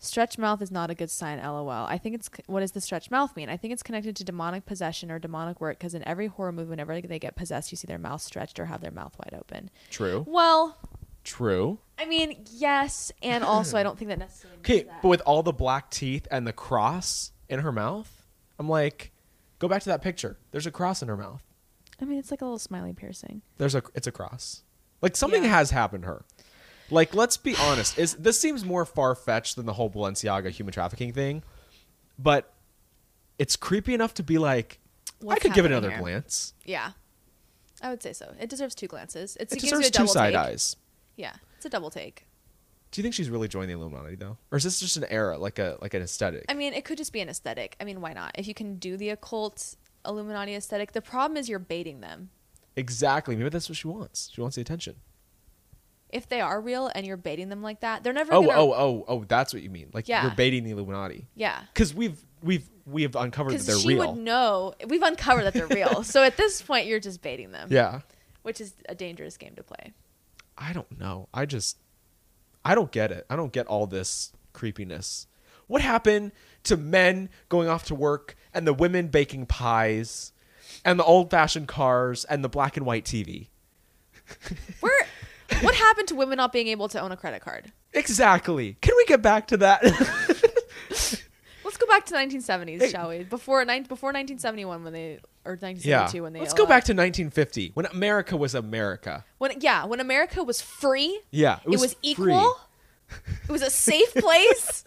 Speaker 2: Stretch mouth is not a good sign, lol. I think it's what does the stretch mouth mean? I think it's connected to demonic possession or demonic work because in every horror movie, whenever they get possessed, you see their mouth stretched or have their mouth wide open.
Speaker 1: True.
Speaker 2: Well,
Speaker 1: True.
Speaker 2: I mean, yes, and also I don't think that necessarily.
Speaker 1: Okay, but with all the black teeth and the cross in her mouth, I'm like, go back to that picture. There's a cross in her mouth.
Speaker 2: I mean, it's like a little smiley piercing.
Speaker 1: There's a it's a cross. Like something
Speaker 2: Yeah.
Speaker 1: has happened to her. Like let's be honest, is this seems more far fetched than the whole Balenciaga human trafficking thing, but it's creepy enough to be like I
Speaker 2: What's
Speaker 1: could give it another
Speaker 2: happening here?
Speaker 1: glance.
Speaker 2: Yeah, I would say so. It deserves two glances. It's,
Speaker 1: It,
Speaker 2: it, gives you
Speaker 1: deserves
Speaker 2: a
Speaker 1: two
Speaker 2: double
Speaker 1: side
Speaker 2: take.
Speaker 1: eyes.
Speaker 2: Yeah, it's a double take.
Speaker 1: Do you think she's really joined the Illuminati though, or is this just an era, like a like an aesthetic?
Speaker 2: I mean, it could just be an aesthetic. I mean, why not? If you can do the occult Illuminati aesthetic, the problem is you're baiting them.
Speaker 1: exactly. Maybe that's what she wants. She wants the attention.
Speaker 2: If they are real and you're baiting them like that, they're never.
Speaker 1: Oh,
Speaker 2: gonna,
Speaker 1: oh, oh, oh! That's what you mean. Like
Speaker 2: Yeah.
Speaker 1: you're baiting the Illuminati.
Speaker 2: yeah.
Speaker 1: Because we've we've we have uncovered that they're
Speaker 2: Because she
Speaker 1: real.
Speaker 2: would know. We've uncovered that they're real. so at this point, you're just baiting them.
Speaker 1: yeah.
Speaker 2: Which is a dangerous game to play.
Speaker 1: I don't know. I just I don't get it. I don't get all this creepiness. What happened to men going off to work and the women baking pies and the old-fashioned cars and the black and white TV?
Speaker 2: We're. what happened to women not being able to own a credit card?
Speaker 1: Exactly. Can we get back to that?
Speaker 2: Let's go back to the 1970s,
Speaker 1: Hey.
Speaker 2: shall we? Before nine before 1971, when they or 1972, when they
Speaker 1: Let's go
Speaker 2: allowed-
Speaker 1: back to 1950 when America was America.
Speaker 2: when yeah when America was free.
Speaker 1: Yeah, it
Speaker 2: it was,
Speaker 1: was free.
Speaker 2: equal. It was a safe place.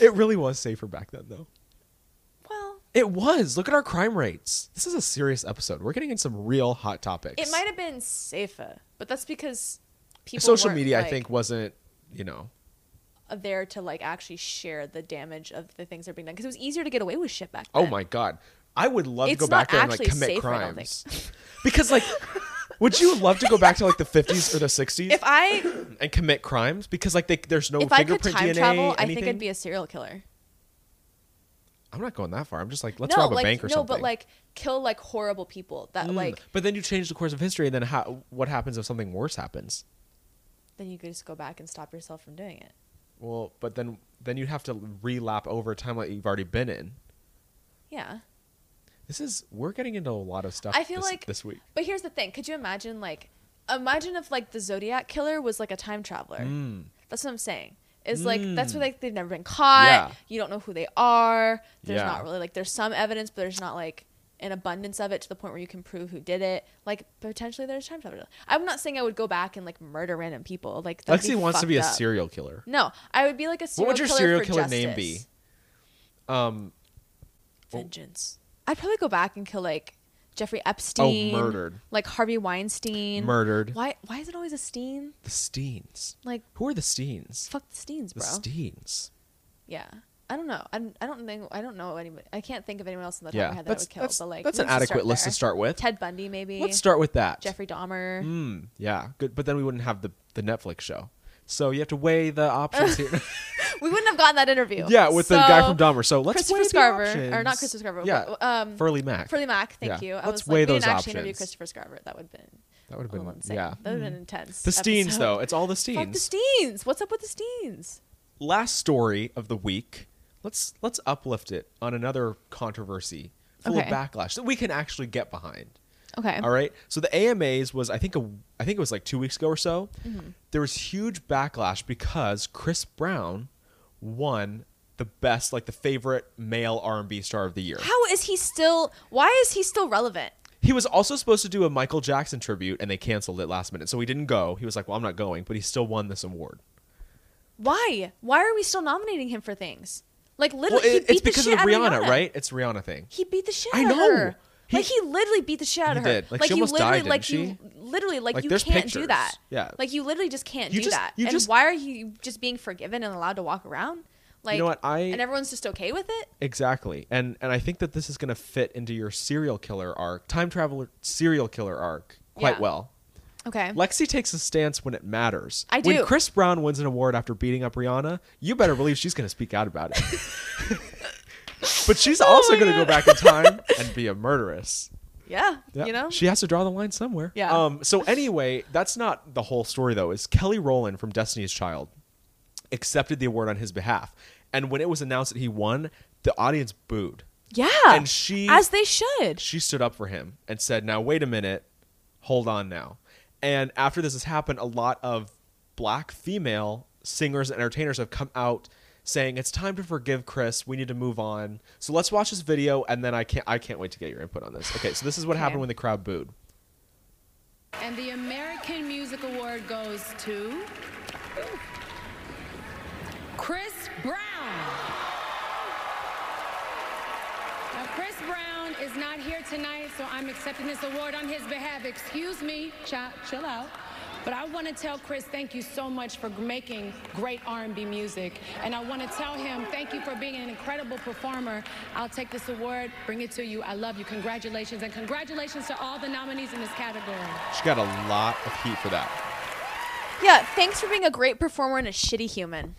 Speaker 1: It really was safer back then though.
Speaker 2: well,
Speaker 1: It was. Look at our crime rates. This is a serious episode. We're getting in some real hot topics.
Speaker 2: it might have been safer, but that's because people
Speaker 1: social
Speaker 2: weren't,
Speaker 1: media I
Speaker 2: like,
Speaker 1: think wasn't, you know,
Speaker 2: there to like actually share the damage of the things that are being done because it was easier to get away with shit back then.
Speaker 1: Oh my god. I would love
Speaker 2: It's
Speaker 1: to go
Speaker 2: not
Speaker 1: back there and like
Speaker 2: actually
Speaker 1: commit
Speaker 2: safe, I don't
Speaker 1: crimes. because like would you love to go back to like the 50s or the 60s
Speaker 2: If I
Speaker 1: and commit crimes because like they, there's no
Speaker 2: if I could
Speaker 1: fingerprint
Speaker 2: time
Speaker 1: DNA
Speaker 2: travel, I
Speaker 1: anything?
Speaker 2: think I'd be a serial killer.
Speaker 1: I'm not going that far. I'm just like let's
Speaker 2: no,
Speaker 1: rob a
Speaker 2: like
Speaker 1: bank or
Speaker 2: no,
Speaker 1: something.
Speaker 2: but like kill like horrible people that
Speaker 1: Mm.
Speaker 2: like
Speaker 1: But then you change the course of history and then how, what happens if something worse happens?
Speaker 2: then you could just go back and stop yourself from doing it.
Speaker 1: Well, but then then you'd have to relap over a time that you've already been in.
Speaker 2: Yeah.
Speaker 1: This is we're getting into a lot of stuff
Speaker 2: I feel
Speaker 1: this-
Speaker 2: like
Speaker 1: this week.
Speaker 2: But here's the thing: could you imagine, like, imagine if like the Zodiac killer was like a time traveler?
Speaker 1: Mm.
Speaker 2: That's what I'm saying. Is like that's where like they've never been caught.
Speaker 1: Yeah.
Speaker 2: You don't know who they are. There's
Speaker 1: Yeah.
Speaker 2: not really like there's some evidence, but there's not like an abundance of it to the point where you can prove who did it. Like potentially there's time travel. I'm not saying I would go back and like murder random people. Like that'd
Speaker 1: Lexi wants to be a
Speaker 2: fucked up.
Speaker 1: serial killer.
Speaker 2: No, I would be like a serial.
Speaker 1: What would your
Speaker 2: killer
Speaker 1: serial
Speaker 2: for
Speaker 1: killer name be? Um, Oh.
Speaker 2: justice. Vengeance. I'd probably go back and kill like Jeffrey Epstein.
Speaker 1: murdered.
Speaker 2: Like Harvey Weinstein.
Speaker 1: Murdered.
Speaker 2: Why? Why is it always a Steen?
Speaker 1: The Steens.
Speaker 2: Like
Speaker 1: Who are the Steens?
Speaker 2: fuck the Steens,
Speaker 1: the
Speaker 2: bro.
Speaker 1: Steens.
Speaker 2: yeah. I don't know. I'm, I don't think I don't know anybody. I can't think of anyone else in the top of my
Speaker 1: Yeah,
Speaker 2: head that I
Speaker 1: that's
Speaker 2: would kill.
Speaker 1: that's,
Speaker 2: but like
Speaker 1: that's
Speaker 2: we
Speaker 1: an
Speaker 2: should
Speaker 1: adequate list to
Speaker 2: there.
Speaker 1: start with.
Speaker 2: Ted Bundy, maybe.
Speaker 1: Let's start with that.
Speaker 2: Jeffrey Dahmer.
Speaker 1: Mm, yeah, good. But then we wouldn't have the the Netflix show, so you have to weigh the options here.
Speaker 2: We wouldn't have gotten that interview.
Speaker 1: yeah, with the guy from
Speaker 2: So,
Speaker 1: Dahmer. So let's
Speaker 2: Christopher
Speaker 1: weigh the
Speaker 2: Scarver-
Speaker 1: options.
Speaker 2: or not Christopher Scarver,
Speaker 1: Yeah,
Speaker 2: but, um,
Speaker 1: Furley Mac.
Speaker 2: Furley Mac. Thank
Speaker 1: Yeah,
Speaker 2: you. I
Speaker 1: let's
Speaker 2: was
Speaker 1: weigh
Speaker 2: like, we
Speaker 1: those
Speaker 2: didn't actually interview
Speaker 1: options.
Speaker 2: Christopher Scarver. That would have been
Speaker 1: That would
Speaker 2: a
Speaker 1: have
Speaker 2: little
Speaker 1: been
Speaker 2: insane.
Speaker 1: yeah. Mm.
Speaker 2: That would have been intense.
Speaker 1: The Steens
Speaker 2: episode.
Speaker 1: though, it's all the Steens.
Speaker 2: Fuck the Steens. What's up with the Steens?
Speaker 1: Last story of the week. Let's let's uplift it on another controversy full
Speaker 2: Okay.
Speaker 1: of backlash that we can actually get behind.
Speaker 2: Okay.
Speaker 1: All right. So the AMAs was I think a, I think it was like two weeks ago or so.
Speaker 2: Mm-hmm.
Speaker 1: There was huge backlash because Chris Brown won the best like the favorite male R and B star of the year.
Speaker 2: How is he still? Why is he still relevant?
Speaker 1: He was also supposed to do a Michael Jackson tribute and they canceled it last minute, so he didn't go. He was like, "Well, I'm not going," but he still won this award.
Speaker 2: Why? Why are we still nominating him for things? Like
Speaker 1: Well,
Speaker 2: literally, he
Speaker 1: it,
Speaker 2: beat
Speaker 1: it's
Speaker 2: the
Speaker 1: because
Speaker 2: shit
Speaker 1: of
Speaker 2: out
Speaker 1: Rihanna,
Speaker 2: of Rihanna,
Speaker 1: right? It's Rihanna thing.
Speaker 2: He beat the shit.
Speaker 1: I
Speaker 2: out of
Speaker 1: know.
Speaker 2: her.
Speaker 1: He-
Speaker 2: like he literally beat the shit out
Speaker 1: He
Speaker 2: of her.
Speaker 1: did. Like,
Speaker 2: Like
Speaker 1: she
Speaker 2: you
Speaker 1: almost
Speaker 2: literally,
Speaker 1: died,
Speaker 2: like
Speaker 1: didn't
Speaker 2: you literally, like,
Speaker 1: Like,
Speaker 2: you
Speaker 1: there's
Speaker 2: can't do
Speaker 1: pictures.
Speaker 2: that.
Speaker 1: Yeah.
Speaker 2: Like you literally just can't
Speaker 1: You
Speaker 2: do
Speaker 1: just-
Speaker 2: that.
Speaker 1: you
Speaker 2: and
Speaker 1: just-
Speaker 2: why are you just being forgiven and allowed to walk around? Like
Speaker 1: know what? I-
Speaker 2: and everyone's just okay with it.
Speaker 1: Exactly. And and I think that this is going to fit into your serial killer arc, time traveler serial killer arc quite
Speaker 2: Yeah.
Speaker 1: well.
Speaker 2: Okay.
Speaker 1: Lexi takes a stance when it matters.
Speaker 2: I do.
Speaker 1: When Chris Brown wins an award after beating up Rihanna, you better believe she's going to speak out about it. but she's
Speaker 2: Oh
Speaker 1: also going to go back in time and be a murderess.
Speaker 2: yeah,
Speaker 1: Yeah.
Speaker 2: You know.
Speaker 1: she has to draw the line somewhere.
Speaker 2: Yeah.
Speaker 1: Um. So anyway, that's not the whole story though. Is Kelly Rowland from Destiny's Child accepted the award on his behalf, and when it was announced that he won, the audience booed.
Speaker 2: yeah.
Speaker 1: And she-
Speaker 2: as they should.
Speaker 1: She stood up for him and said, "Now wait a minute, hold on now." And after this has happened, a lot of black female singers and entertainers have come out saying it's time to forgive Chris. We need to move on. So let's watch this video, and then I can't. I can't wait to get your input on this. Okay, so this is what happened when the crowd booed.
Speaker 8: And the American Music Award goes to Chris Brown. Now, Chris Brown is not here tonight, so I'm accepting this award on his behalf. Excuse me, chill, chill out. But I want to tell Chris, thank you so much for making great R&B music, and I want to tell him thank you for being an incredible performer. I'll take this award, bring it to you. I love you. Congratulations, and congratulations to all the nominees in this category.
Speaker 1: She got a lot of heat for that.
Speaker 2: Yeah. Thanks for being a great performer and a shitty human.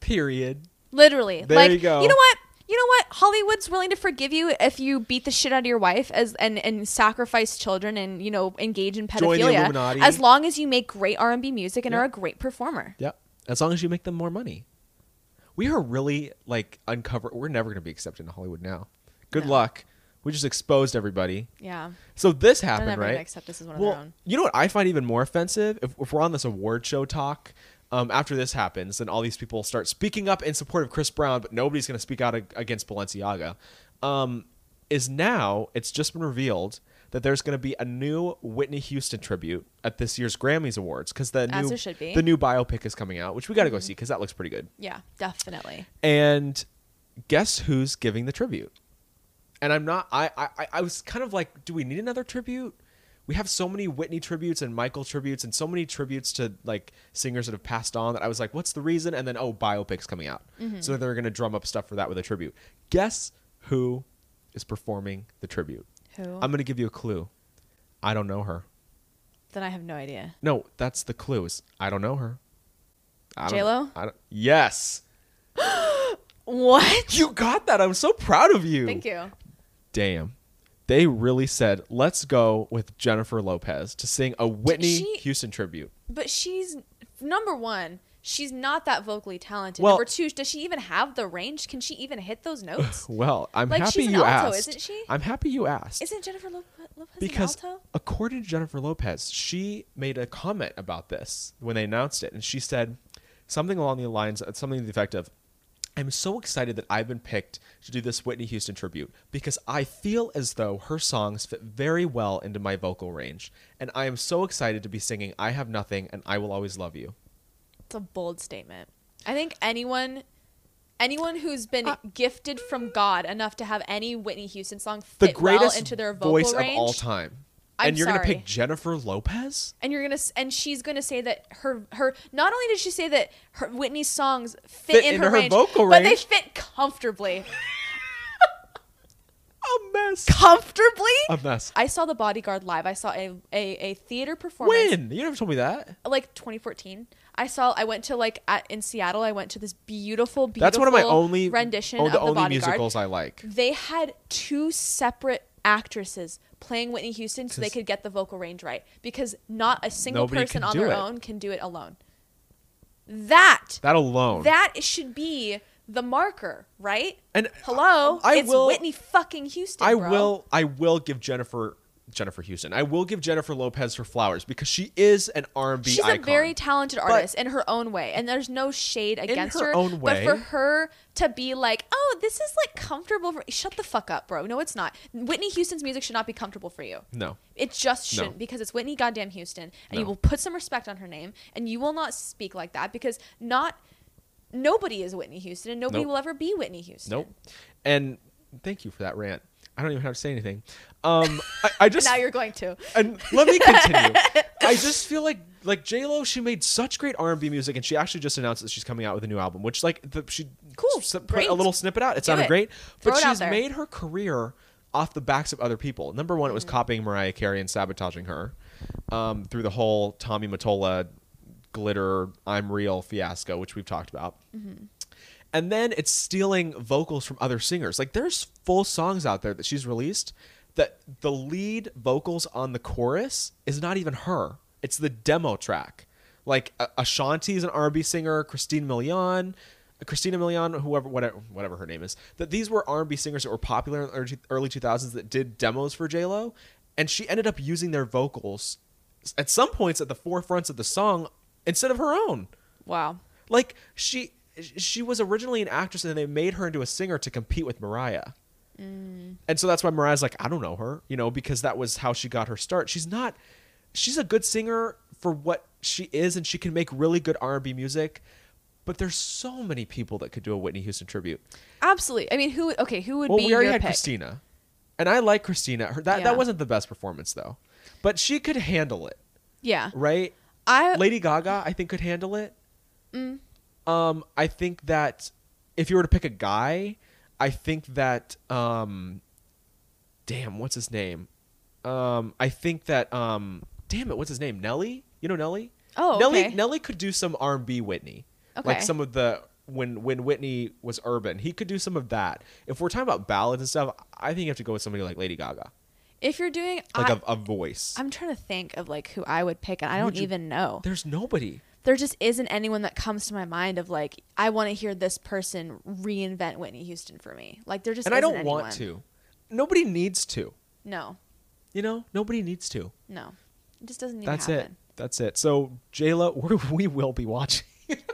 Speaker 1: Period.
Speaker 2: Literally.
Speaker 1: There
Speaker 2: like
Speaker 1: you go.
Speaker 2: know what? You know what? Hollywood's willing to forgive you if you beat the shit out of your wife as and and sacrifice children and you know engage in
Speaker 1: Join the
Speaker 2: pedophilia
Speaker 1: Illuminati.
Speaker 2: as long as you make great R and B music and
Speaker 1: Yeah.
Speaker 2: are a great performer.
Speaker 1: Yep. As long as you make them more money. We are really like uncover. We're never going to be accepted in Hollywood now. Good luck. We just exposed everybody.
Speaker 2: Yeah.
Speaker 1: So this happened,
Speaker 2: never
Speaker 1: right?
Speaker 2: gonna accept this as one of
Speaker 1: well,
Speaker 2: their own.
Speaker 1: you know what I find even more offensive? If, if we're on this award show talk, um, after this happens, then all these people start speaking up in support of Chris Brown, but nobody's going to speak out ag- against Balenciaga. Um, is now it's just been revealed that there's going to be a new Whitney Houston tribute at this year's Grammys Awards because the
Speaker 2: As
Speaker 1: new
Speaker 2: there should be. Mm-hmm.
Speaker 1: the new biopic is coming out, which we got to go see because that looks pretty good.
Speaker 2: Yeah, definitely.
Speaker 1: And guess who's giving the tribute? And I'm not. I, I I- I was kind of like, do we need another tribute? We have so many Whitney tributes and Michael tributes and so many tributes to like singers that have passed on that I was like, what's the reason? And then oh, biopics coming out,
Speaker 2: Mm-hmm.
Speaker 1: so they're gonna drum up stuff for that with a tribute. Guess who is performing the tribute?
Speaker 2: Who?
Speaker 1: I'm gonna give you a clue. I don't know her.
Speaker 2: Then I have no idea.
Speaker 1: No, that's the clue. Is I don't know her. I don't-
Speaker 2: J.Lo?
Speaker 1: I don't- Yes,
Speaker 2: What?
Speaker 1: you got that. I'm so proud of you.
Speaker 2: Thank you.
Speaker 1: damn they really said let's go with jennifer lopez to sing a whitney
Speaker 2: she-
Speaker 1: houston tribute
Speaker 2: But she's number one. She's not that vocally talented.
Speaker 1: Well-
Speaker 2: number two, does she even have the range? Can she even hit those notes?
Speaker 1: well i'm
Speaker 2: Like,
Speaker 1: happy
Speaker 2: she's an
Speaker 1: you
Speaker 2: alto,
Speaker 1: asked
Speaker 2: isn't she?
Speaker 1: i'm happy you asked
Speaker 2: Isn't Jennifer Lope- Lopez
Speaker 1: because
Speaker 2: an alto?
Speaker 1: according to jennifer lopez she made a comment about this when they announced it and she said something along the lines uh, something to the effect of I'm so excited that I've been picked to do this Whitney Houston tribute because I feel as though her songs fit very well into my vocal range. And I am so excited to be singing I Have Nothing and I Will Always Love You.
Speaker 2: It's a bold statement. I think anyone anyone who's
Speaker 1: Uh,
Speaker 2: been gifted from God enough to have any Whitney Houston song fit
Speaker 1: the greatest
Speaker 2: well into their vocal
Speaker 1: voice
Speaker 2: range,
Speaker 1: of all time.
Speaker 2: I'm
Speaker 1: and you're gonna
Speaker 2: sorry.
Speaker 1: pick Jennifer Lopez?
Speaker 2: And you're gonna s- and she's gonna say that her her not only did she say that her Whitney's songs fit,
Speaker 1: Fit
Speaker 2: in
Speaker 1: into
Speaker 2: her,
Speaker 1: her
Speaker 2: range,
Speaker 1: vocal
Speaker 2: but they
Speaker 1: range.
Speaker 2: fit comfortably.
Speaker 1: A mess.
Speaker 2: comfortably.
Speaker 1: A mess.
Speaker 2: I saw The Bodyguard live. I saw a a, a theater performance. uh,
Speaker 1: When? You never told me that.
Speaker 2: like 2014. I saw. I went to like at, in Seattle. I went to this beautiful, beautiful.
Speaker 1: That's one of my only
Speaker 2: rendition.
Speaker 1: oh, the
Speaker 2: of the
Speaker 1: only
Speaker 2: Bodyguard.
Speaker 1: musicals I like.
Speaker 2: They had two separate actresses playing Whitney Houston, so they
Speaker 1: 'Cause-
Speaker 2: could get the vocal range right. Because not a single
Speaker 1: Nobody
Speaker 2: person
Speaker 1: can
Speaker 2: on
Speaker 1: do
Speaker 2: their
Speaker 1: it.
Speaker 2: own can do it alone. That
Speaker 1: That alone.
Speaker 2: that should be the marker, right?
Speaker 1: And
Speaker 2: hello,
Speaker 1: I- I
Speaker 2: it's
Speaker 1: will-
Speaker 2: Whitney fucking Houston.
Speaker 1: I
Speaker 2: bro.
Speaker 1: will I will give Jennifer Jennifer Houston. I will give Jennifer Lopez her flowers because she is an R&B
Speaker 2: She's
Speaker 1: icon.
Speaker 2: a very talented artist in her own way, and there's no shade against
Speaker 1: her
Speaker 2: her.
Speaker 1: own
Speaker 2: But for
Speaker 1: way.
Speaker 2: her to be like, "Oh, this is like comfortable for," shut the fuck up, bro. No, it's not. Whitney Houston's music should not be comfortable for you.
Speaker 1: No.
Speaker 2: it just
Speaker 1: No.
Speaker 2: shouldn't because it's Whitney goddamn Houston, and you
Speaker 1: No.
Speaker 2: will put some respect on her name, and you will not speak like that because not nobody is Whitney Houston, and nobody
Speaker 1: Nope.
Speaker 2: will ever be Whitney Houston.
Speaker 1: Nope. And thank you for that rant. I don't even have to say anything. Um, I, I just
Speaker 2: Now you're going to.
Speaker 1: and let me continue. I just feel like like J Lo, she made such great R and B music, and she actually just announced that she's coming out with a new album, which like the, she
Speaker 2: Cool.
Speaker 1: s- put
Speaker 2: Great.
Speaker 1: a little snippet out. It sounded
Speaker 2: it.
Speaker 1: great,
Speaker 2: Throw
Speaker 1: but
Speaker 2: it out
Speaker 1: she's
Speaker 2: there.
Speaker 1: made her career off the backs of other people. Number one, it was
Speaker 2: Mm-hmm.
Speaker 1: copying Mariah Carey and sabotaging her um, through the whole Tommy Mottola glitter I'm real fiasco, which we've talked about. And then it's stealing vocals from other singers. Like there's full songs out there that she's released that the lead vocals on the chorus is not even her. It's the demo track. Like A- Ashanti is an R&B singer, Christine Milian, Christina Milian, whoever whatever, whatever her name is. That these were R&B singers that were popular in the early- early 2000s that did demos for J-Lo and she ended up using their vocals at some points at the forefronts of the song instead of her own.
Speaker 2: Wow.
Speaker 1: Like she she was originally an actress and they made her into a singer to compete with Mariah.
Speaker 2: Mm.
Speaker 1: And so that's why Mariah's like, I don't know her, you know, because that was how she got her start. She's not she's a good singer for what she is and she can make really good R&B music, but there's so many people that could do a Whitney Houston tribute.
Speaker 2: Absolutely. I mean, who? would- Okay, who would
Speaker 1: Well,
Speaker 2: be
Speaker 1: we already
Speaker 2: your
Speaker 1: had
Speaker 2: pick?
Speaker 1: Christina. And I like Christina. Her, that
Speaker 2: Yeah.
Speaker 1: that wasn't the best performance though. But she could handle it,
Speaker 2: Yeah.
Speaker 1: right?
Speaker 2: I
Speaker 1: Lady Gaga, I think, could handle it.
Speaker 2: Mm.
Speaker 1: Um, I think that if you were to pick a guy, I think that um, damn, what's his name? Um, I think that um, damn it, what's his name? Nelly. You know Nelly.
Speaker 2: Oh,
Speaker 1: Nelly.
Speaker 2: okay.
Speaker 1: Nelly could do some R and B Whitney.
Speaker 2: Okay.
Speaker 1: Like some of the when when Whitney was urban, he could do some of that. If we're talking about ballads and stuff, I think you have to go with somebody like Lady Gaga,
Speaker 2: if you're doing,
Speaker 1: like
Speaker 2: I,
Speaker 1: a, a voice.
Speaker 2: I'm trying to think of like who I would pick, and I don't
Speaker 1: Would you-
Speaker 2: even know.
Speaker 1: There's nobody.
Speaker 2: There just isn't anyone that comes to my mind of like I want to hear this person reinvent Whitney Houston for me. Like there just
Speaker 1: and I
Speaker 2: isn't
Speaker 1: don't want to.
Speaker 2: anyone.
Speaker 1: Nobody needs to.
Speaker 2: No,
Speaker 1: You know, nobody needs to.
Speaker 2: no, it just doesn't even
Speaker 1: That's it.
Speaker 2: happen.
Speaker 1: That's it. So Jayla, we're, we will be watching.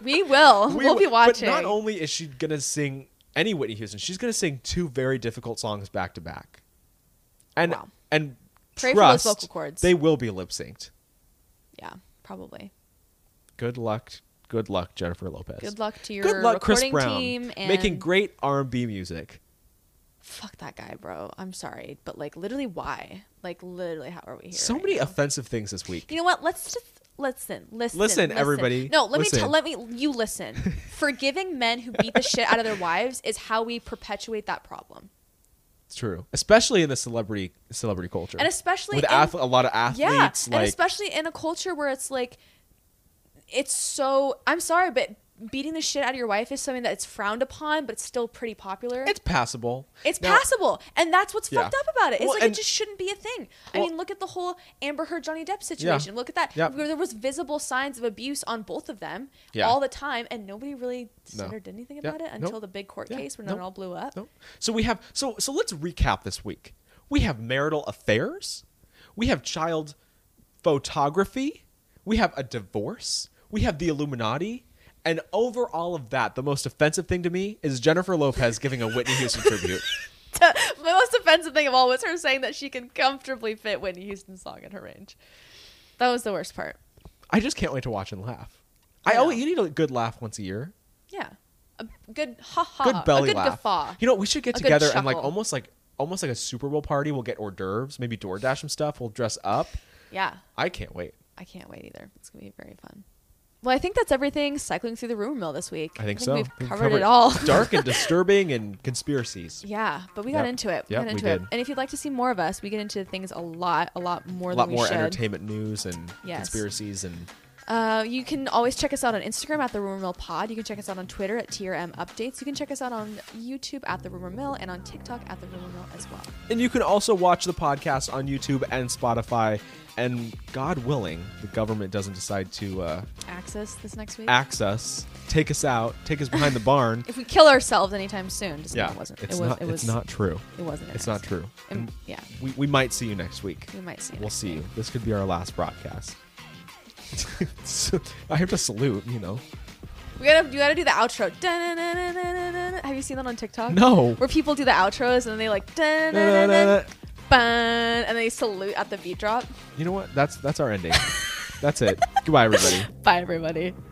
Speaker 2: We will. we will be watching.
Speaker 1: But not only is she gonna sing any Whitney Houston, she's gonna sing two very difficult songs back to back. And
Speaker 2: Wow.
Speaker 1: and
Speaker 2: Pray for those
Speaker 1: trust,
Speaker 2: vocal cords.
Speaker 1: They will be lip synced.
Speaker 2: yeah, probably.
Speaker 1: Good luck. Good luck, Jennifer Lopez.
Speaker 2: Good luck to your
Speaker 1: Good luck, Chris
Speaker 2: recording
Speaker 1: Brown,
Speaker 2: team and
Speaker 1: making great R and B music.
Speaker 2: Fuck that guy, bro. I'm sorry, but like literally, why? Like literally, how are we here?
Speaker 1: So
Speaker 2: right
Speaker 1: many
Speaker 2: now?
Speaker 1: offensive things this week.
Speaker 2: You know what? Let's just listen. Listen.
Speaker 1: Listen, everybody.
Speaker 2: No, let me
Speaker 1: Listen.
Speaker 2: tell. Let me. You listen. Forgiving men who beat the shit out of their wives is how we perpetuate that problem.
Speaker 1: It's true, especially in the celebrity celebrity culture,
Speaker 2: And especially
Speaker 1: with
Speaker 2: in-
Speaker 1: athle- a lot of
Speaker 2: yeah,
Speaker 1: athletes.
Speaker 2: and
Speaker 1: like,
Speaker 2: especially in a culture where it's like, it's so. I'm sorry, but beating the shit out of your wife is something that's frowned upon, but it's still pretty popular.
Speaker 1: it's passable.
Speaker 2: It's
Speaker 1: Now-
Speaker 2: passable, and that's what's
Speaker 1: Yeah.
Speaker 2: fucked up about it. It's
Speaker 1: Well,
Speaker 2: like
Speaker 1: and-
Speaker 2: it just shouldn't be a thing. I
Speaker 1: Well-
Speaker 2: mean, look at the whole Amber Heard Johnny Depp situation. Look at that.
Speaker 1: Yep.
Speaker 2: Where there was visible signs of abuse on both of them
Speaker 1: Yeah.
Speaker 2: all the time, and nobody really said
Speaker 1: No.
Speaker 2: or did anything
Speaker 1: Yep.
Speaker 2: about it
Speaker 1: Nope.
Speaker 2: until the big court
Speaker 1: Yeah.
Speaker 2: case when no it
Speaker 1: Nope.
Speaker 2: all blew up.
Speaker 1: Nope. So we have so so let's recap this week. We have marital affairs. We have child photography. We have a divorce. We have the Illuminati. And over all of that, the most offensive thing to me is Jennifer Lopez giving a Whitney Houston tribute.
Speaker 2: The most offensive thing of all was her saying that she can comfortably fit Whitney Houston's song in her range. That was the worst part.
Speaker 1: I just can't wait to watch and laugh. I
Speaker 2: Yeah.
Speaker 1: always you need a good laugh once a year.
Speaker 2: Yeah, a good ha ha,
Speaker 1: good belly
Speaker 2: a good
Speaker 1: laugh.
Speaker 2: guffaw.
Speaker 1: You know, we should get
Speaker 2: A good
Speaker 1: together and like
Speaker 2: chuckle.
Speaker 1: almost like almost like a Super Bowl party. We'll get hors d'oeuvres, maybe DoorDash some stuff. We'll dress up.
Speaker 2: yeah.
Speaker 1: I can't wait.
Speaker 2: I can't wait either. It's gonna be very fun. Well, I think that's everything cycling through the rumor mill this week.
Speaker 1: I think, so.
Speaker 2: We've
Speaker 1: We've
Speaker 2: covered, it all.
Speaker 1: dark and disturbing and conspiracies.
Speaker 2: yeah, but we got
Speaker 1: Yep.
Speaker 2: into it. We
Speaker 1: Yep,
Speaker 2: got
Speaker 1: we
Speaker 2: into it.
Speaker 1: did.
Speaker 2: And if you'd like to see more of us, we get into things a lot, a lot more
Speaker 1: A lot
Speaker 2: than we
Speaker 1: more
Speaker 2: should.
Speaker 1: entertainment news and
Speaker 2: Yes.
Speaker 1: conspiracies and
Speaker 2: Uh, you can always check us out on Instagram at the Rumor Mill Pod. You can check us out on Twitter at TRM Updates. You can check us out on YouTube at the Rumor Mill and on TikTok at the Rumor Mill as well.
Speaker 1: and you can also watch the podcast on YouTube and Spotify. And God willing, the government doesn't decide to uh,
Speaker 2: Access this next week.
Speaker 1: axe us, take us out, take us behind the barn.
Speaker 2: if we kill ourselves anytime soon, just know
Speaker 1: yeah,
Speaker 2: it wasn't.
Speaker 1: it's
Speaker 2: it was.
Speaker 1: not.
Speaker 2: it was
Speaker 1: it's not true.
Speaker 2: It wasn't. an
Speaker 1: It's not
Speaker 2: accident.
Speaker 1: true.
Speaker 2: Um, yeah,
Speaker 1: We, we might see you next week.
Speaker 2: we might see. you
Speaker 1: We'll
Speaker 2: next
Speaker 1: see
Speaker 2: week.
Speaker 1: you. This could be our last broadcast. So, I have to salute, you know.
Speaker 2: We gotta, you gotta do the outro. Dun-dun-dun-dun-dun-dun. Have you seen that on TikTok?
Speaker 1: No.
Speaker 2: Where people do the outros and then they like, dun dun dun
Speaker 1: You
Speaker 2: dun, and they salute at the beat drop.
Speaker 1: know what? That's that's our ending. That's it. Goodbye, everybody.
Speaker 2: Bye, everybody.